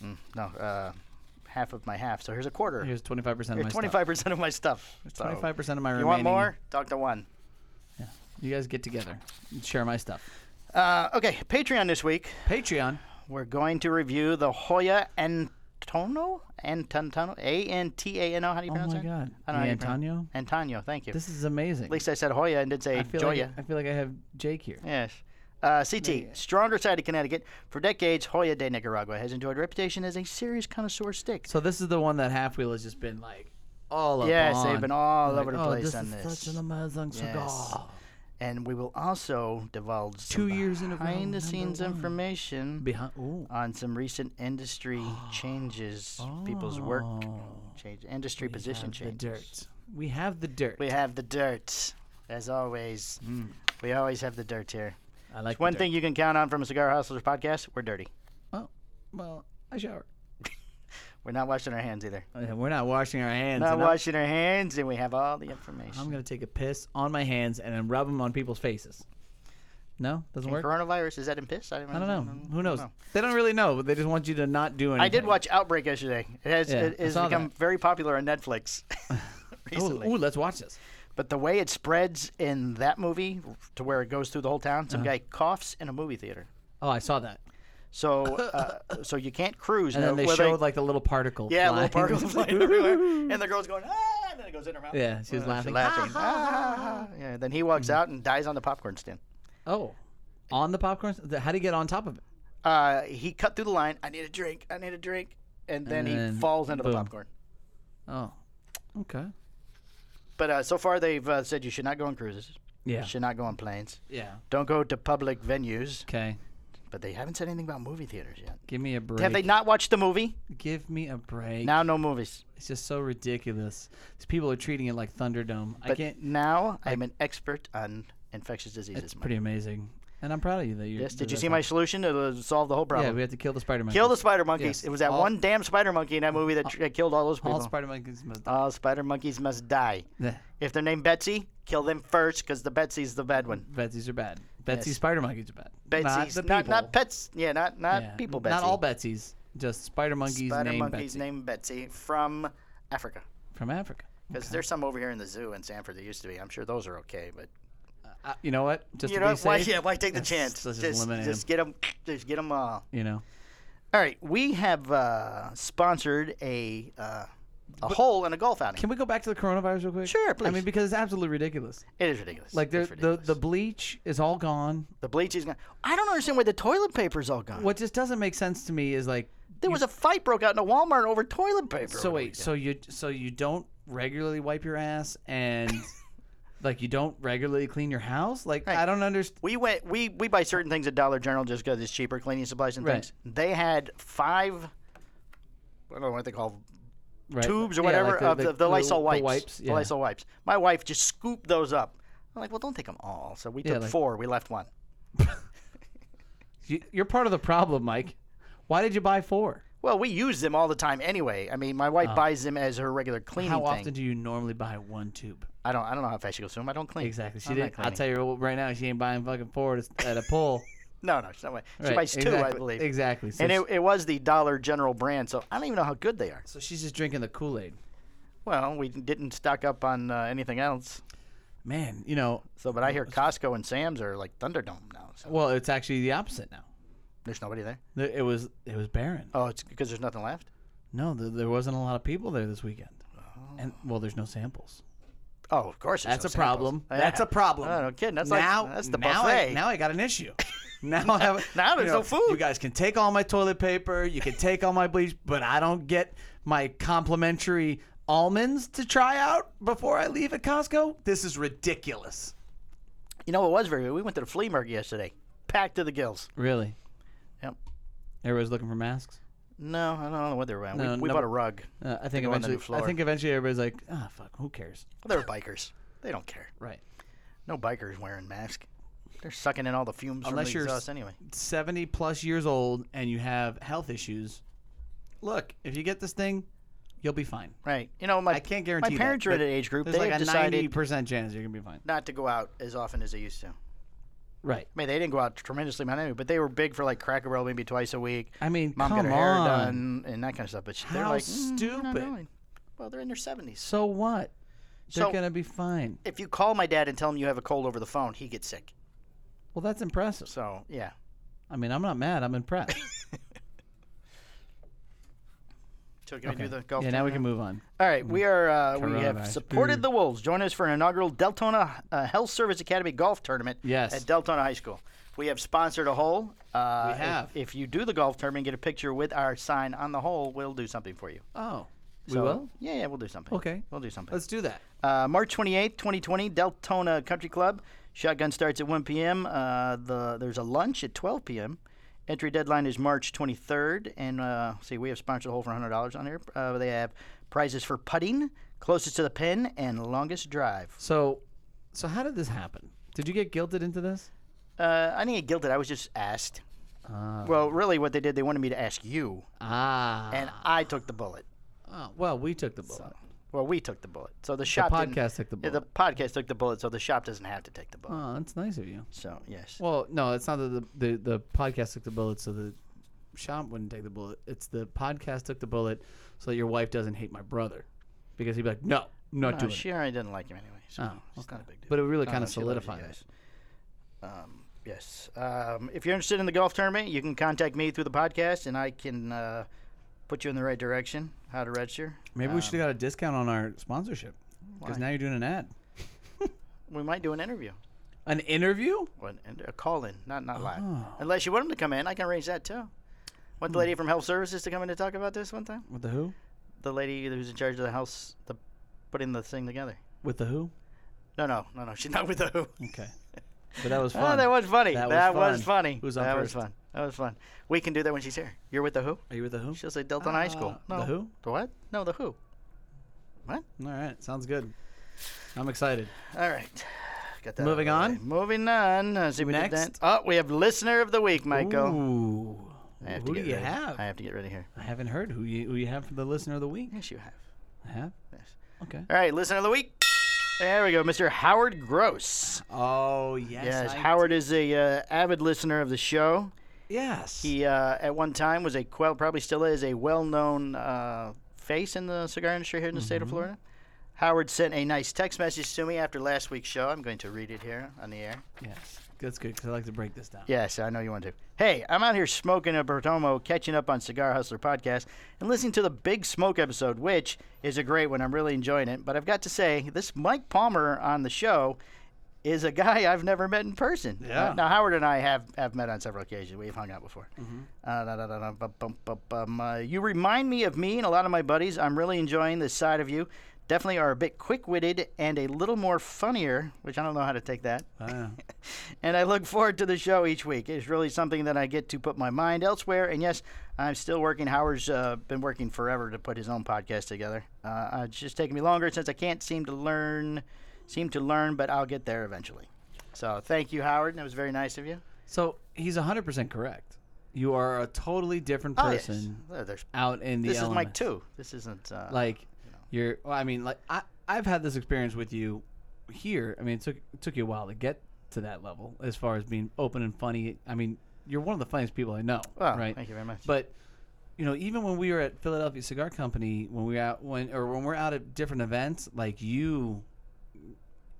Mm, no, uh, half of my half. So here's a quarter.
Here's 25 percent of my
Twenty five percent of my stuff. So,
25 percent of my
You want
remaining.
more? Talk to one.
You guys get together, and share my stuff.
Uh, okay, Patreon this week.
Patreon.
We're going to review the Hoya Antono Antontano A N T A N O. How do you
Oh
pronounce
my
it?
god,
I don't know how
The
you pronounce-
Antonio.
Antonio. Thank you.
This is amazing.
At least I said Hoya and didn't say
I feel
Joya.
like I feel like I have Jake here.
Yes. Uh, CT, stronger side of Connecticut. For decades, Hoya de Nicaragua has enjoyed reputation as a serious connoisseur stick.
So this is the one that Half Wheel has just been like all up
Yes,
on.
they've been all
Like,
over the
"Oh,
place
this
on
is
this.
Such an amazing cigar.
and we will also divulge some
Two years in a row,
behind the scenes
number one.
information
Behind, ooh,
on some recent industry changes, people's work change, industry position
Oh. have the
change.
dirt. We have the dirt.
We have the dirt, as always. Mm. We always have the dirt here.
I like the
One
dirt.
thing you can count on from a Cigar Hustlers podcast: we're dirty.
Oh, well, I shower.
We're not washing our hands either.
Uh, We're not washing our hands.
Oh, Not
and I'm-
washing our hands, and we have all the information.
I'm gonna take a piss on my hands and then rub them on people's faces. No, doesn't
And
work.
Coronavirus is that in piss?
I don't know. Who knows? They don't really know, but they just want you to not do anything.
Oh. I did watch Outbreak yesterday. It has,
Yeah,
it
I
has
saw
become
that.
very popular on Netflix
Ooh,
recently.
Oh, ooh, let's watch this.
But the way it spreads in that movie to where it goes through the whole town,
Uh-huh.
some guy coughs in a movie theater.
Oh, I saw that.
So, uh, so you can't cruise.
And
now.
then they
Well,
showed like the little particle.
yeah,
flying.
little particles flying everywhere, and the girl's going ah, and then it goes in her mouth.
Yeah, she was
Uh,
laughing. Hmm.
laughing. Ah, ah, ah. Yeah, then he walks out and dies on the popcorn stand.
Oh, on the popcorn. th- How do you get on top of it?
Uh, he cut through the line. I need a drink. I need a drink, and then he
And
falls into the
boom.
popcorn.
Oh, okay.
But uh, so far, they've uh, said you should not go on cruises,
Yeah.
should not go on planes,
Yeah.
don't go to public venues.
Okay.
But they haven't said anything about movie theaters yet.
Give me a break.
Have they not watched the movie?
Give me a break.
Now, no movies.
It's just so ridiculous. These people are treating it like Thunderdome. I
But
can't.
now I'm an expert on infectious diseases.
It's
Mike.
pretty amazing, and I'm proud of you that you.
yes. Did you see my solution to solve the whole
Yeah,
problem?
we had to kill the spider monkey.
Kill the spider monkeys.
Yes.
It was that
All-
one damn spider monkey in that movie that tr- killed all those people. Uh,
All spider monkeys must.
All spider monkeys must die.
die.
If they're named Betsy, kill them first because the Betsy's the bad one.
Betsy's are bad. Betsy's spider monkeys are bad.
Betsy's
not the
not,
people.
pets. Yeah, not not
Yeah,
people.
n-
Betsy.
Not all Betsy's. Just Spider Monkey's
Spider
name
monkey's
Betsy.
named Betsy from Africa.
from Africa.
Because there's some over here in the zoo in Sanford that used to be. I'm sure those are okay, but
Uh, you know what? Just
you
to
know
be safe,
why? Yeah, why take the
let's-
chance?
let's
Just,
just
just,
eliminate
get them. Just get them all.
you know.
All right, we have uh, sponsored a uh, a hole in a golf outing.
Can we go back to the coronavirus real quick?
Sure,
I
please.
mean, because it's absolutely ridiculous.
It is ridiculous.
Like there-
It's
the
ridiculous.
the bleach is all gone.
the bleach is gone. I don't understand why the toilet paper's all gone.
What just doesn't make sense to me is like
There was a fight broke out in a Walmart over toilet paper.
so
over the
wait, so you so you don't regularly wipe your ass and like you don't regularly clean your house? Like I
Right.
don't understand.
We went. We we buy certain things at Dollar General just because it's cheaper, cleaning supplies and
Right.
things. They had five. I don't know what they call
Right.
tubes or
Yeah, like
whatever of the, the, Lysol wipes.
The wipes.
the
yeah.
Lysol wipes. My wife just scooped those up. I'm like, well, don't take them all. So we
Yeah,
took
like-
four. We left one.
You, you're part of the problem, Mike. Why did you buy four?
Well, we use them all the time anyway. I mean, my wife buys them as her regular cleaning
Uh. How
thing.
often do you normally buy one tube?
I don't. I don't know how fast she goes through them. I don't clean.
Exactly. She
I'm not
didn't. I'll
cleaning.
tell you what, right now, she ain't buying fucking four at a- at a pull.
No, no, she's not. Right. She
Right,
buys two, I
exactly-
believe.
Exactly. So,
And
she-
it, it was the Dollar General brand, so I don't even know how good they are.
so she's just drinking the Kool Aid.
Well, we didn't stock up on uh, anything else.
Man, you know,
So, but I hear Costco and Sam's are like Thunderdome now. So
well, it's actually the opposite now.
there's nobody there.
There- It was it was barren.
Oh, it's because there's nothing left.
No, th- there wasn't a lot of people there this weekend. And well, there's no samples.
Oh, of course. there's
That's
no
a
samples.
problem.
Yeah.
That's a problem.
Oh, no kidding. That's
now,
like that's the
now
buffet.
I, now I got an issue. Now, I have,
Now there's
you
no food.
You guys can take all my toilet paper. You can take all my bleach, but I don't get my complimentary almonds to try out before I leave at Costco. This is ridiculous.
you know what was very good? We went to the flea market yesterday, packed to the gills.
Really?
Yep.
Everybody's looking for masks.
No, I don't know what they were wearing.
No,
we we
no-
bought a rug.
Uh, I think
go on the new
eventually. I
floor.
think eventually everybody's like, ah, fuck, who cares?
Well, they were bikers. They don't care.
Right.
No bikers wearing masks. They're sucking in all the fumes
Unless
from
you're
the
s-
exhaust anyway.
Seventy plus years old and you have health issues. Look, if you get this thing, you'll be fine.
Right. You know, my
I can't guarantee
my
that,
parents are
but
at an age group.
There's
They
like
have
a ninety
decided
percent chance you're gonna be fine.
not to go out as often as they used to. I
Right.
mean, they didn't go out tremendously amount anyway, but they were big for like Cracker Barrel maybe twice a week.
I mean,
Mom
come
got her hair
on.
done and that kind of stuff. But sh- they're
How
like "Mm, we're not
stupid.
going." Well, they're in their seventies.
So what? They're
So-
gonna be fine.
If you call my dad and tell him you have a cold over the phone, he gets sick.
Well, that's impressive.
So yeah.
I mean, I'm not mad. I'm impressed.
So can we do the golf?
yeah,
tournament?
now we can move on.
All right, we are uh, we
Coronavirus.
have supported the Wolves. Join us for an inaugural Deltona uh, Health Service Academy golf tournament
Yes.
at Deltona High School. We have sponsored a hole. Uh,
We
if-
have.
If, you do the golf tournament, get a picture with our sign on the hole. We'll do something for you.
Oh, we
So-
will.
Yeah, yeah, we'll do something.
Okay.
we'll do something.
Let's do that.
Uh, March 28th, 2020, Deltona Country Club. Shotgun starts at 1 p.m. Uh, the there's a lunch at 12 p.m. Entry deadline is March 23rd, and uh, see we have sponsored a hole for $100 on here. Uh, they have prizes for putting, closest to the pin, and longest drive.
So, so how did this happen? Did you get guilted into this?
Uh, I didn't get guilted. I was just asked.
Uh,
Well, really, what they did, they wanted me to ask you,
ah.
and I took the bullet.
oh, well, we took the bullet.
Well, we took the bullet. So the shop didn't-
podcast took the
Yeah, the podcast took the bullet, so the shop doesn't have to take the bullet.
oh, that's nice of you.
So yes.
Well, no, it's not that the, the the podcast took the bullet, so the shop wouldn't take the bullet. It's the podcast took the bullet, so that your wife doesn't hate my brother, because he'd be like, "No, I'm not
No,
doing it."
she already Uh, didn't like him anyway. So
Oh,
it's not a big deal.
But it really
No,
kind
no,
of
she loves you
solidified it.
guys. Yes. Um, if you're interested in the golf tournament, you can contact me through the podcast, and I can uh, put you in the right direction. How to register?
Maybe we should have got a discount on our sponsorship,
Why?
because now you're doing an ad,
We might do an interview,
an interview.
Or an- and a call in, not not live.
Oh.
Unless you want him to come in, I can arrange that too.
Hmm.
Want the lady from health services to come in to talk about this one time?
With the who?
The lady who's in charge of the house, the putting the thing together.
With the who?
No, no, no, no. She's not with the who.
Okay. But Ah, that was fun.
Oh, that was funny.
That
That,
was
was,
fun.
funny.
Who's on
that
first?
was fun. That was fun. We can do that when she's here. You're with the who?
Are you with the who?
She'll say Delton High School.
Ah,
No.
the who?
The what? No, the who.
All right, sounds good. I'm excited.
All right. Got that. out
Moving
of the
on?
way. Moving on. Uh, see, we did that.
Next.
Oh, we have listener of the week, Michael.
Ooh.
I have to
who do
get
you
ready.
have?
I have to get ready here.
I haven't heard who you who you have for the listener of the week.
Yes, you have.
I have.
Yes.
Okay.
All right, listener of the week. There we go, Mr. Howard Gross.
Oh yes.
Yes,
I
Howard is a uh, avid listener of the show.
Yes.
He uh, at one time was a well, probably still is a well-known uh, face in the cigar industry here in the state of Florida. Howard sent a nice text message to me after last week's show. I'm going to read it here on the air.
Yes, that's good because I like to break this down.
Yes, I know you want to. Hey, I'm out here smoking a Bertomo, catching up on Cigar Hustler podcast, and listening to the Big Smoke episode, which is a great one. I'm really enjoying it. But I've got to say, this Mike Palmer on the show is a guy I've never met in person.
Yeah.
Uh, now, Howard and I have, have met on several occasions. We've hung out before. Uh, da- da- da- da- bum- bum- bum- bum. Uh, You remind me of me and a lot of my buddies. I'm really enjoying this side of you. Definitely are a bit quick witted and a little more funnier, which I don't know how to take that
Uh,
and I look forward to the show each week. It's really something that I get to put my mind elsewhere. And yes, I'm still working. Howard's uh, been working forever to put his own podcast together. Uh, it's just taking me longer since I can't seem to learn, seem to learn, but I'll get there eventually. So thank you, Howard. That was very nice of you.
so he's 100% correct. You are a totally different
Oh, yes.
person
Oh, there's-
out in the
this is Mike
elements.
too. This isn't uh,
Like you're well, I mean like I I've had this experience with you here. I mean, it took it took you a while to get to that level as far as being open and funny. I mean, you're one of the funniest people I know,
Well,
right?
thank you very much.
But you know, even when we were at Philadelphia Cigar Company, when we were out when or when we're out at different events, like you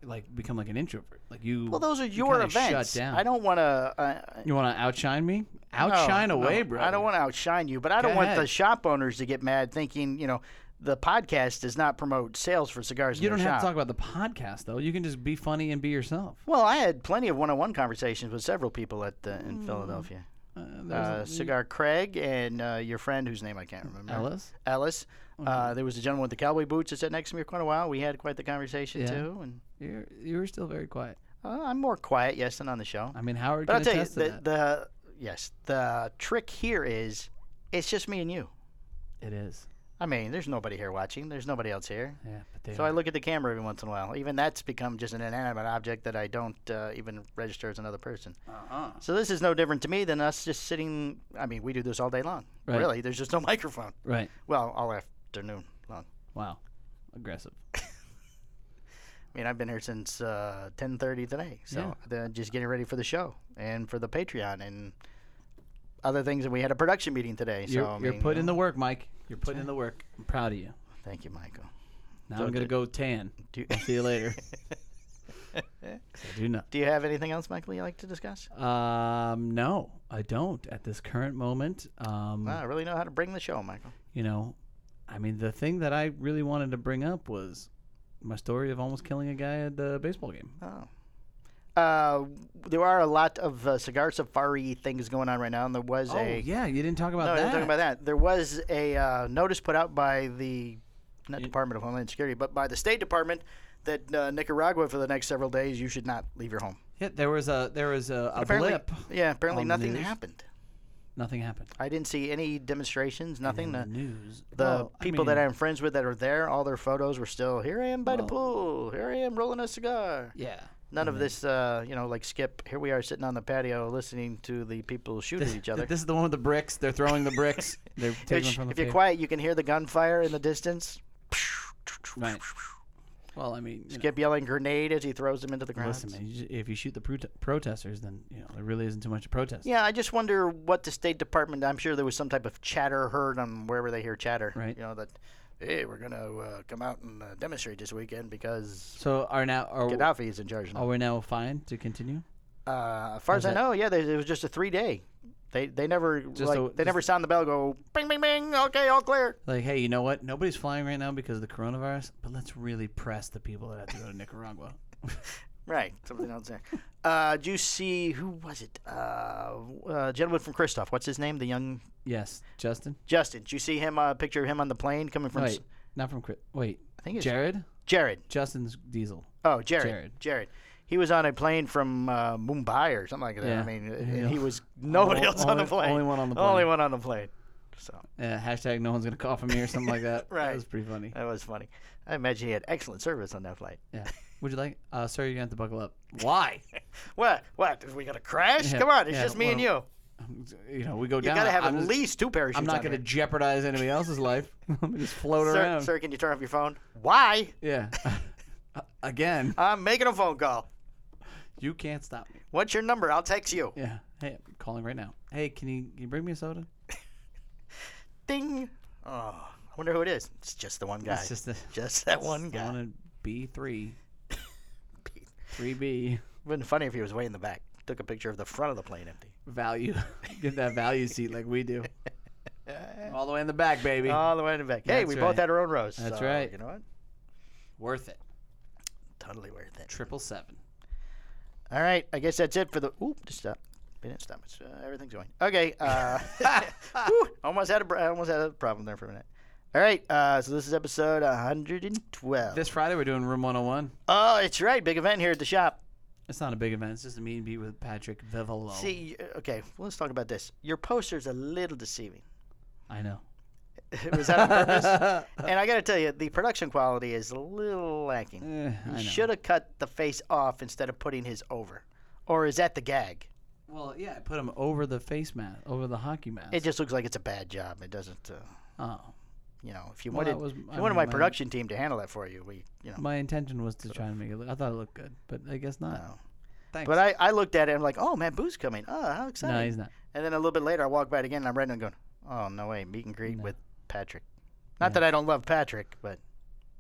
like become like an introvert. Like you
well, those are
you
your
kinda
events.
Shut down.
I don't want to. Uh,
You want to outshine me? Outshine
No, no,
away, bro.
I don't want to outshine you, but I don't
Go
want
ahead.
the shop owners to get mad thinking, you know, the podcast does not promote sales for cigars
You
in
don't
their
have to
shop.
talk about the podcast though. You can just be funny and be yourself.
well, I had plenty of one-on-one conversations with several people at the,
Hmm.
in Philadelphia.
Uh, there's
Uh, Cigar Craig and uh, your friend whose name I can't remember.
Ellis. Mm-hmm.
Ellis. Uh, there was a gentleman with the cowboy boots that sat next to me for quite a while. We had quite the conversation
Yeah.
too, and
You're you were still very quiet.
uh, I'm more quiet, yes, than on the show.
I mean, Howard
But I'll
can
tell you,
attest to
the,
that.
the yes, the trick here is, it's just me and you.
it is.
I mean, there's nobody here watching. There's nobody else here.
Yeah, but they
So I look at the camera every once in a while. Even that's become just an inanimate object that I don't uh, even register as another person.
Uh-huh.
So this is no different to me than us just sitting. I mean, we do this all day long.
Right.
Really, there's just no microphone.
right.
Well, all afternoon long.
Wow, aggressive.
I mean, I've been here since uh, 10:30 today. So
Yeah.
then just getting ready for the show and for the Patreon and other things. And we had a production meeting today.
You're,
so I
you're
mean,
putting
you
in
know,
the work, Mike. You're putting in the work. I'm proud of you.
Thank you, Michael.
Now
So
I'm gonna
did-
go tan.
Do you,
See you later. 'Cause I do not.
do you have anything else, Michael? You like to discuss?
Um, no, I don't at this current moment. Um,
Wow, I really know how to bring the show, Michael.
you know, I mean, the thing that I really wanted to bring up was my story of almost killing a guy at the baseball game.
Oh. Uh, there are a lot of uh, cigar safari things going on right now, and there was
Oh
a
yeah, you didn't talk about
no, I
that.
was talking about that. There was a uh, notice put out by the not
You-
Department of Homeland Security, but by the State Department that uh, Nicaragua for the next several days you should not leave your home.
yeah, there was a there was a, a
apparently,
blip.
yeah, apparently
on the
nothing
news.
happened.
Nothing happened.
I didn't see any demonstrations, nothing.
the
The,
news.
the
Well, I
people that
mean,
I'm friends with that are there, all their photos were still here. I am by the
Well-
pool. Here I am rolling a cigar.
yeah.
None
Mm-hmm.
of this, uh, you know, like Skip. Here we are sitting on the patio listening to the people shoot at each other.
This is the one with the bricks. They're throwing the bricks. They're taking them
Which,
from the
if you're
table.
quiet, you can hear the gunfire in the distance.
Right. Well, I mean, you know,
Skip yelling grenade as he throws them into the ground.
listen, man. You ju- if you shoot the pro- protesters, then you know there really isn't too much to protest.
Yeah, I just wonder what the State Department. I'm sure there was some type of chatter heard on wherever they hear chatter.
Right.
You know that, hey, we're gonna uh, come out and uh, demonstrate this weekend because
So are now are
Gaddafi is in charge now.
are we now fine to continue?
Uh, as far as I
Oh, that-
know, yeah, there, it was just a three day. They they never
Just
like,
a-
they never sound the bell. Go bing bing bing. Okay, all clear.
Like, hey, you know what? Nobody's flying right now because of the coronavirus, but let's really press the people that have to go to Nicaragua.
Right. Something else there. Uh, do you see who was it? Uh, uh, gentleman from Christoph. What's his name? The young
yes, Justin.
Justin. Do you see him? Uh, picture of him on the plane coming from.
wait,
S-
not from Chris. Wait,
I think it's
Jared.
Jared.
Justin's diesel.
Oh, Jared. Jared.
Jared.
He was on a plane from uh, Mumbai or something like that. I
Yeah.
mean,
Yeah.
and he was nobody
Only-
else on the
only-
plane.
only one on the
Only
plane.
one on the plane. So
Uh, hashtag no one's gonna cough for me or something like that.
Right.
That was pretty funny.
that was funny. I imagine he had excellent service on that flight.
Yeah. Would you like? Uh, sir, you're gonna have to buckle up. Why?
What? What? Are we gonna crash?
Yeah,
Come on! It's
yeah,
just me and you.
well, you know, we go
You
down.
gotta have
I'm
at
just-
least two parachutes.
I'm not
on
going to
here.
jeopardize anybody else's life. Let me just float
Sir,
around.
sir, can you turn off your phone? Why?
Yeah. Again,
I'm making a phone call.
You can't stop me.
What's your number? I'll text you.
Yeah. Hey, I'm calling right now. Hey, can you can you bring me a soda?
Ding. Oh, I wonder who it is. It's just the one guy.
It's just the
Just that one
I
guy.
wanted B three. Three B
Wouldn't it funny if he was way in the back. Took a picture of the front of the plane empty.
value. Get that value seat like we do. All the way in the back, baby.
All the way in the back. Hey,
That's
we
right.
both had our own rows.
That's
so,
right.
You know what?
Worth it.
Totally worth it.
Triple seven.
All right, I guess that's it for the. Oop, just uh, stop. We didn't stop. It's, uh, everything's going. Okay. Uh, whew, almost had a. br- I almost had a problem there for a minute. All right. Uh, so this is episode 112.
This Friday we're doing room 101.
oh, it's right. Big event here at the shop.
It's not a big event. It's just a meet and beat with Patrick Vivolo.
See, y- okay, well, let's talk about this. Your poster's a little deceiving.
I know.
Was that on purpose? and I got to tell you, the production quality is a little lacking.
Eh, I know.
He should have cut the face off instead of putting his over. Or is that the gag?
Well, yeah, I put him over the face mat, over the hockey mask.
It just looks like it's a bad job. It doesn't, uh,
oh,
you know, if you
Well, that
wanted,
was-
if you
I
wanted
mean,
my
Mm, my-
production team to handle that for you, we, you know.
my intention was to try and make it look. I thought it looked good, but I guess not.
No.
Thanks.
uh, But I, I looked at it and I'm like, oh, man, Boo's coming. Oh, how exciting.
no, he's not.
And then a little bit later, I walk by it again and I'm reading and going, oh, no way, meet and greet with Patrick. Not that I don't love Patrick, but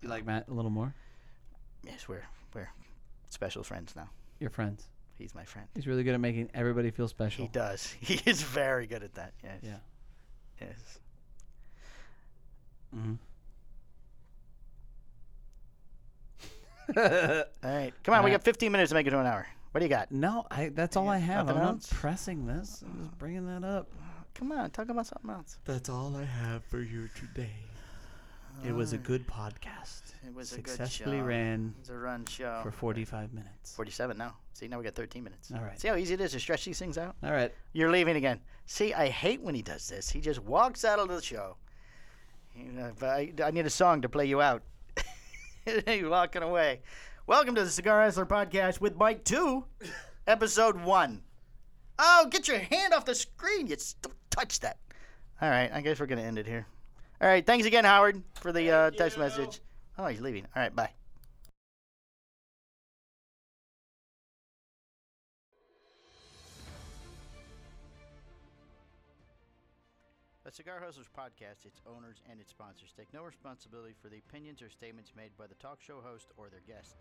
You like Matt a little more?
Yes, we're we're special friends now.
Your friends.
He's my friend.
He's really good at making everybody feel
He
special.
does. He is very good at that. Yes.
Yeah.
Yes.
Mm-hmm.
All right. Come on. We
All right.
got 15 minutes to make it to an hour. What do you got?
no, I. That's all I have. I'm
nothing
not
else?
pressing this. I'm just bringing that up.
Come on. Talk about something else.
That's all I have for you today. It was a good podcast.
It was
Successfully
a good Oh, show.
ran
It was a run show.
for 45 minutes.
47 now. See, now we got 13 minutes.
All right.
See how easy it is to stretch these things out?
All right.
You're leaving again. See, I hate when he does this. He just walks out of the show. You know, but I, I need a song to play you out. You're walking away. Welcome to the Cigar Hustler Podcast with Mike 2, Episode 1. Oh, get your hand off the screen. You s- don't touch that. All right, I guess we're going to end it here. All right, thanks again, Howard, for the uh, text message. Oh, he's leaving. All right, bye. The Cigar Hustlers podcast, its owners, and its sponsors take no responsibility for the opinions or statements made by the talk show host or their guests.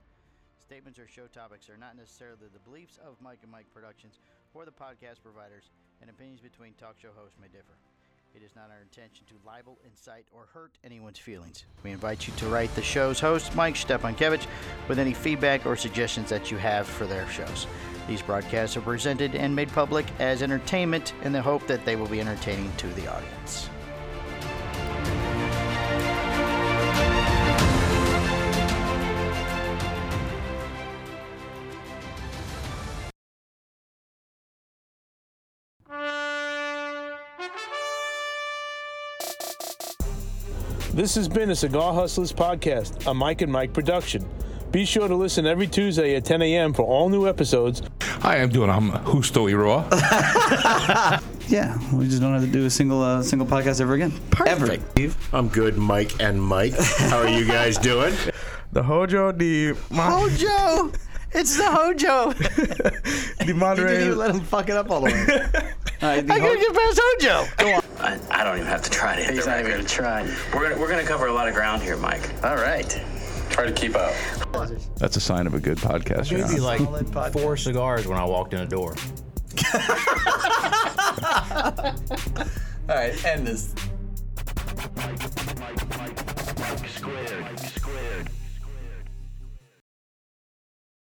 Statements or show topics are not necessarily the beliefs of Mike and Mike Productions or the podcast providers, and opinions between talk show hosts may differ. It is not our intention to libel, incite, or hurt anyone's feelings. We invite you to write the show's host, Mike Stepankevich, with any feedback or suggestions that you have for their shows. These broadcasts are presented and made public as entertainment in the hope that they will be entertaining to the audience.
This has been a Cigar Hustlers podcast, a Mike and Mike production. Be sure to listen every Tuesday at 10 a.m. for all new episodes
Hi, I'm doing. I'm Husto Iroa.
Yeah, we just don't have to do a single uh, single podcast ever again. Perfect. Ever.
I'm good, Mike and Mike. How are you guys doing?
The Hojo, the Ma-
Hojo! It's the Hojo!
the moderator.
let him fuck it up all the way. all right, the
I
ho-
gotta get past Hojo!
I, I don't even have to try to hit the record.
try.
We're gonna we're gonna cover a lot of ground here, Mike.
All right.
Try to keep up.
That's a sign of a good podcast. you're on.
Maybe like four cigars when I walked in the door.
all right, end this.
Mike, Mike, Mike, Mike squared, squared.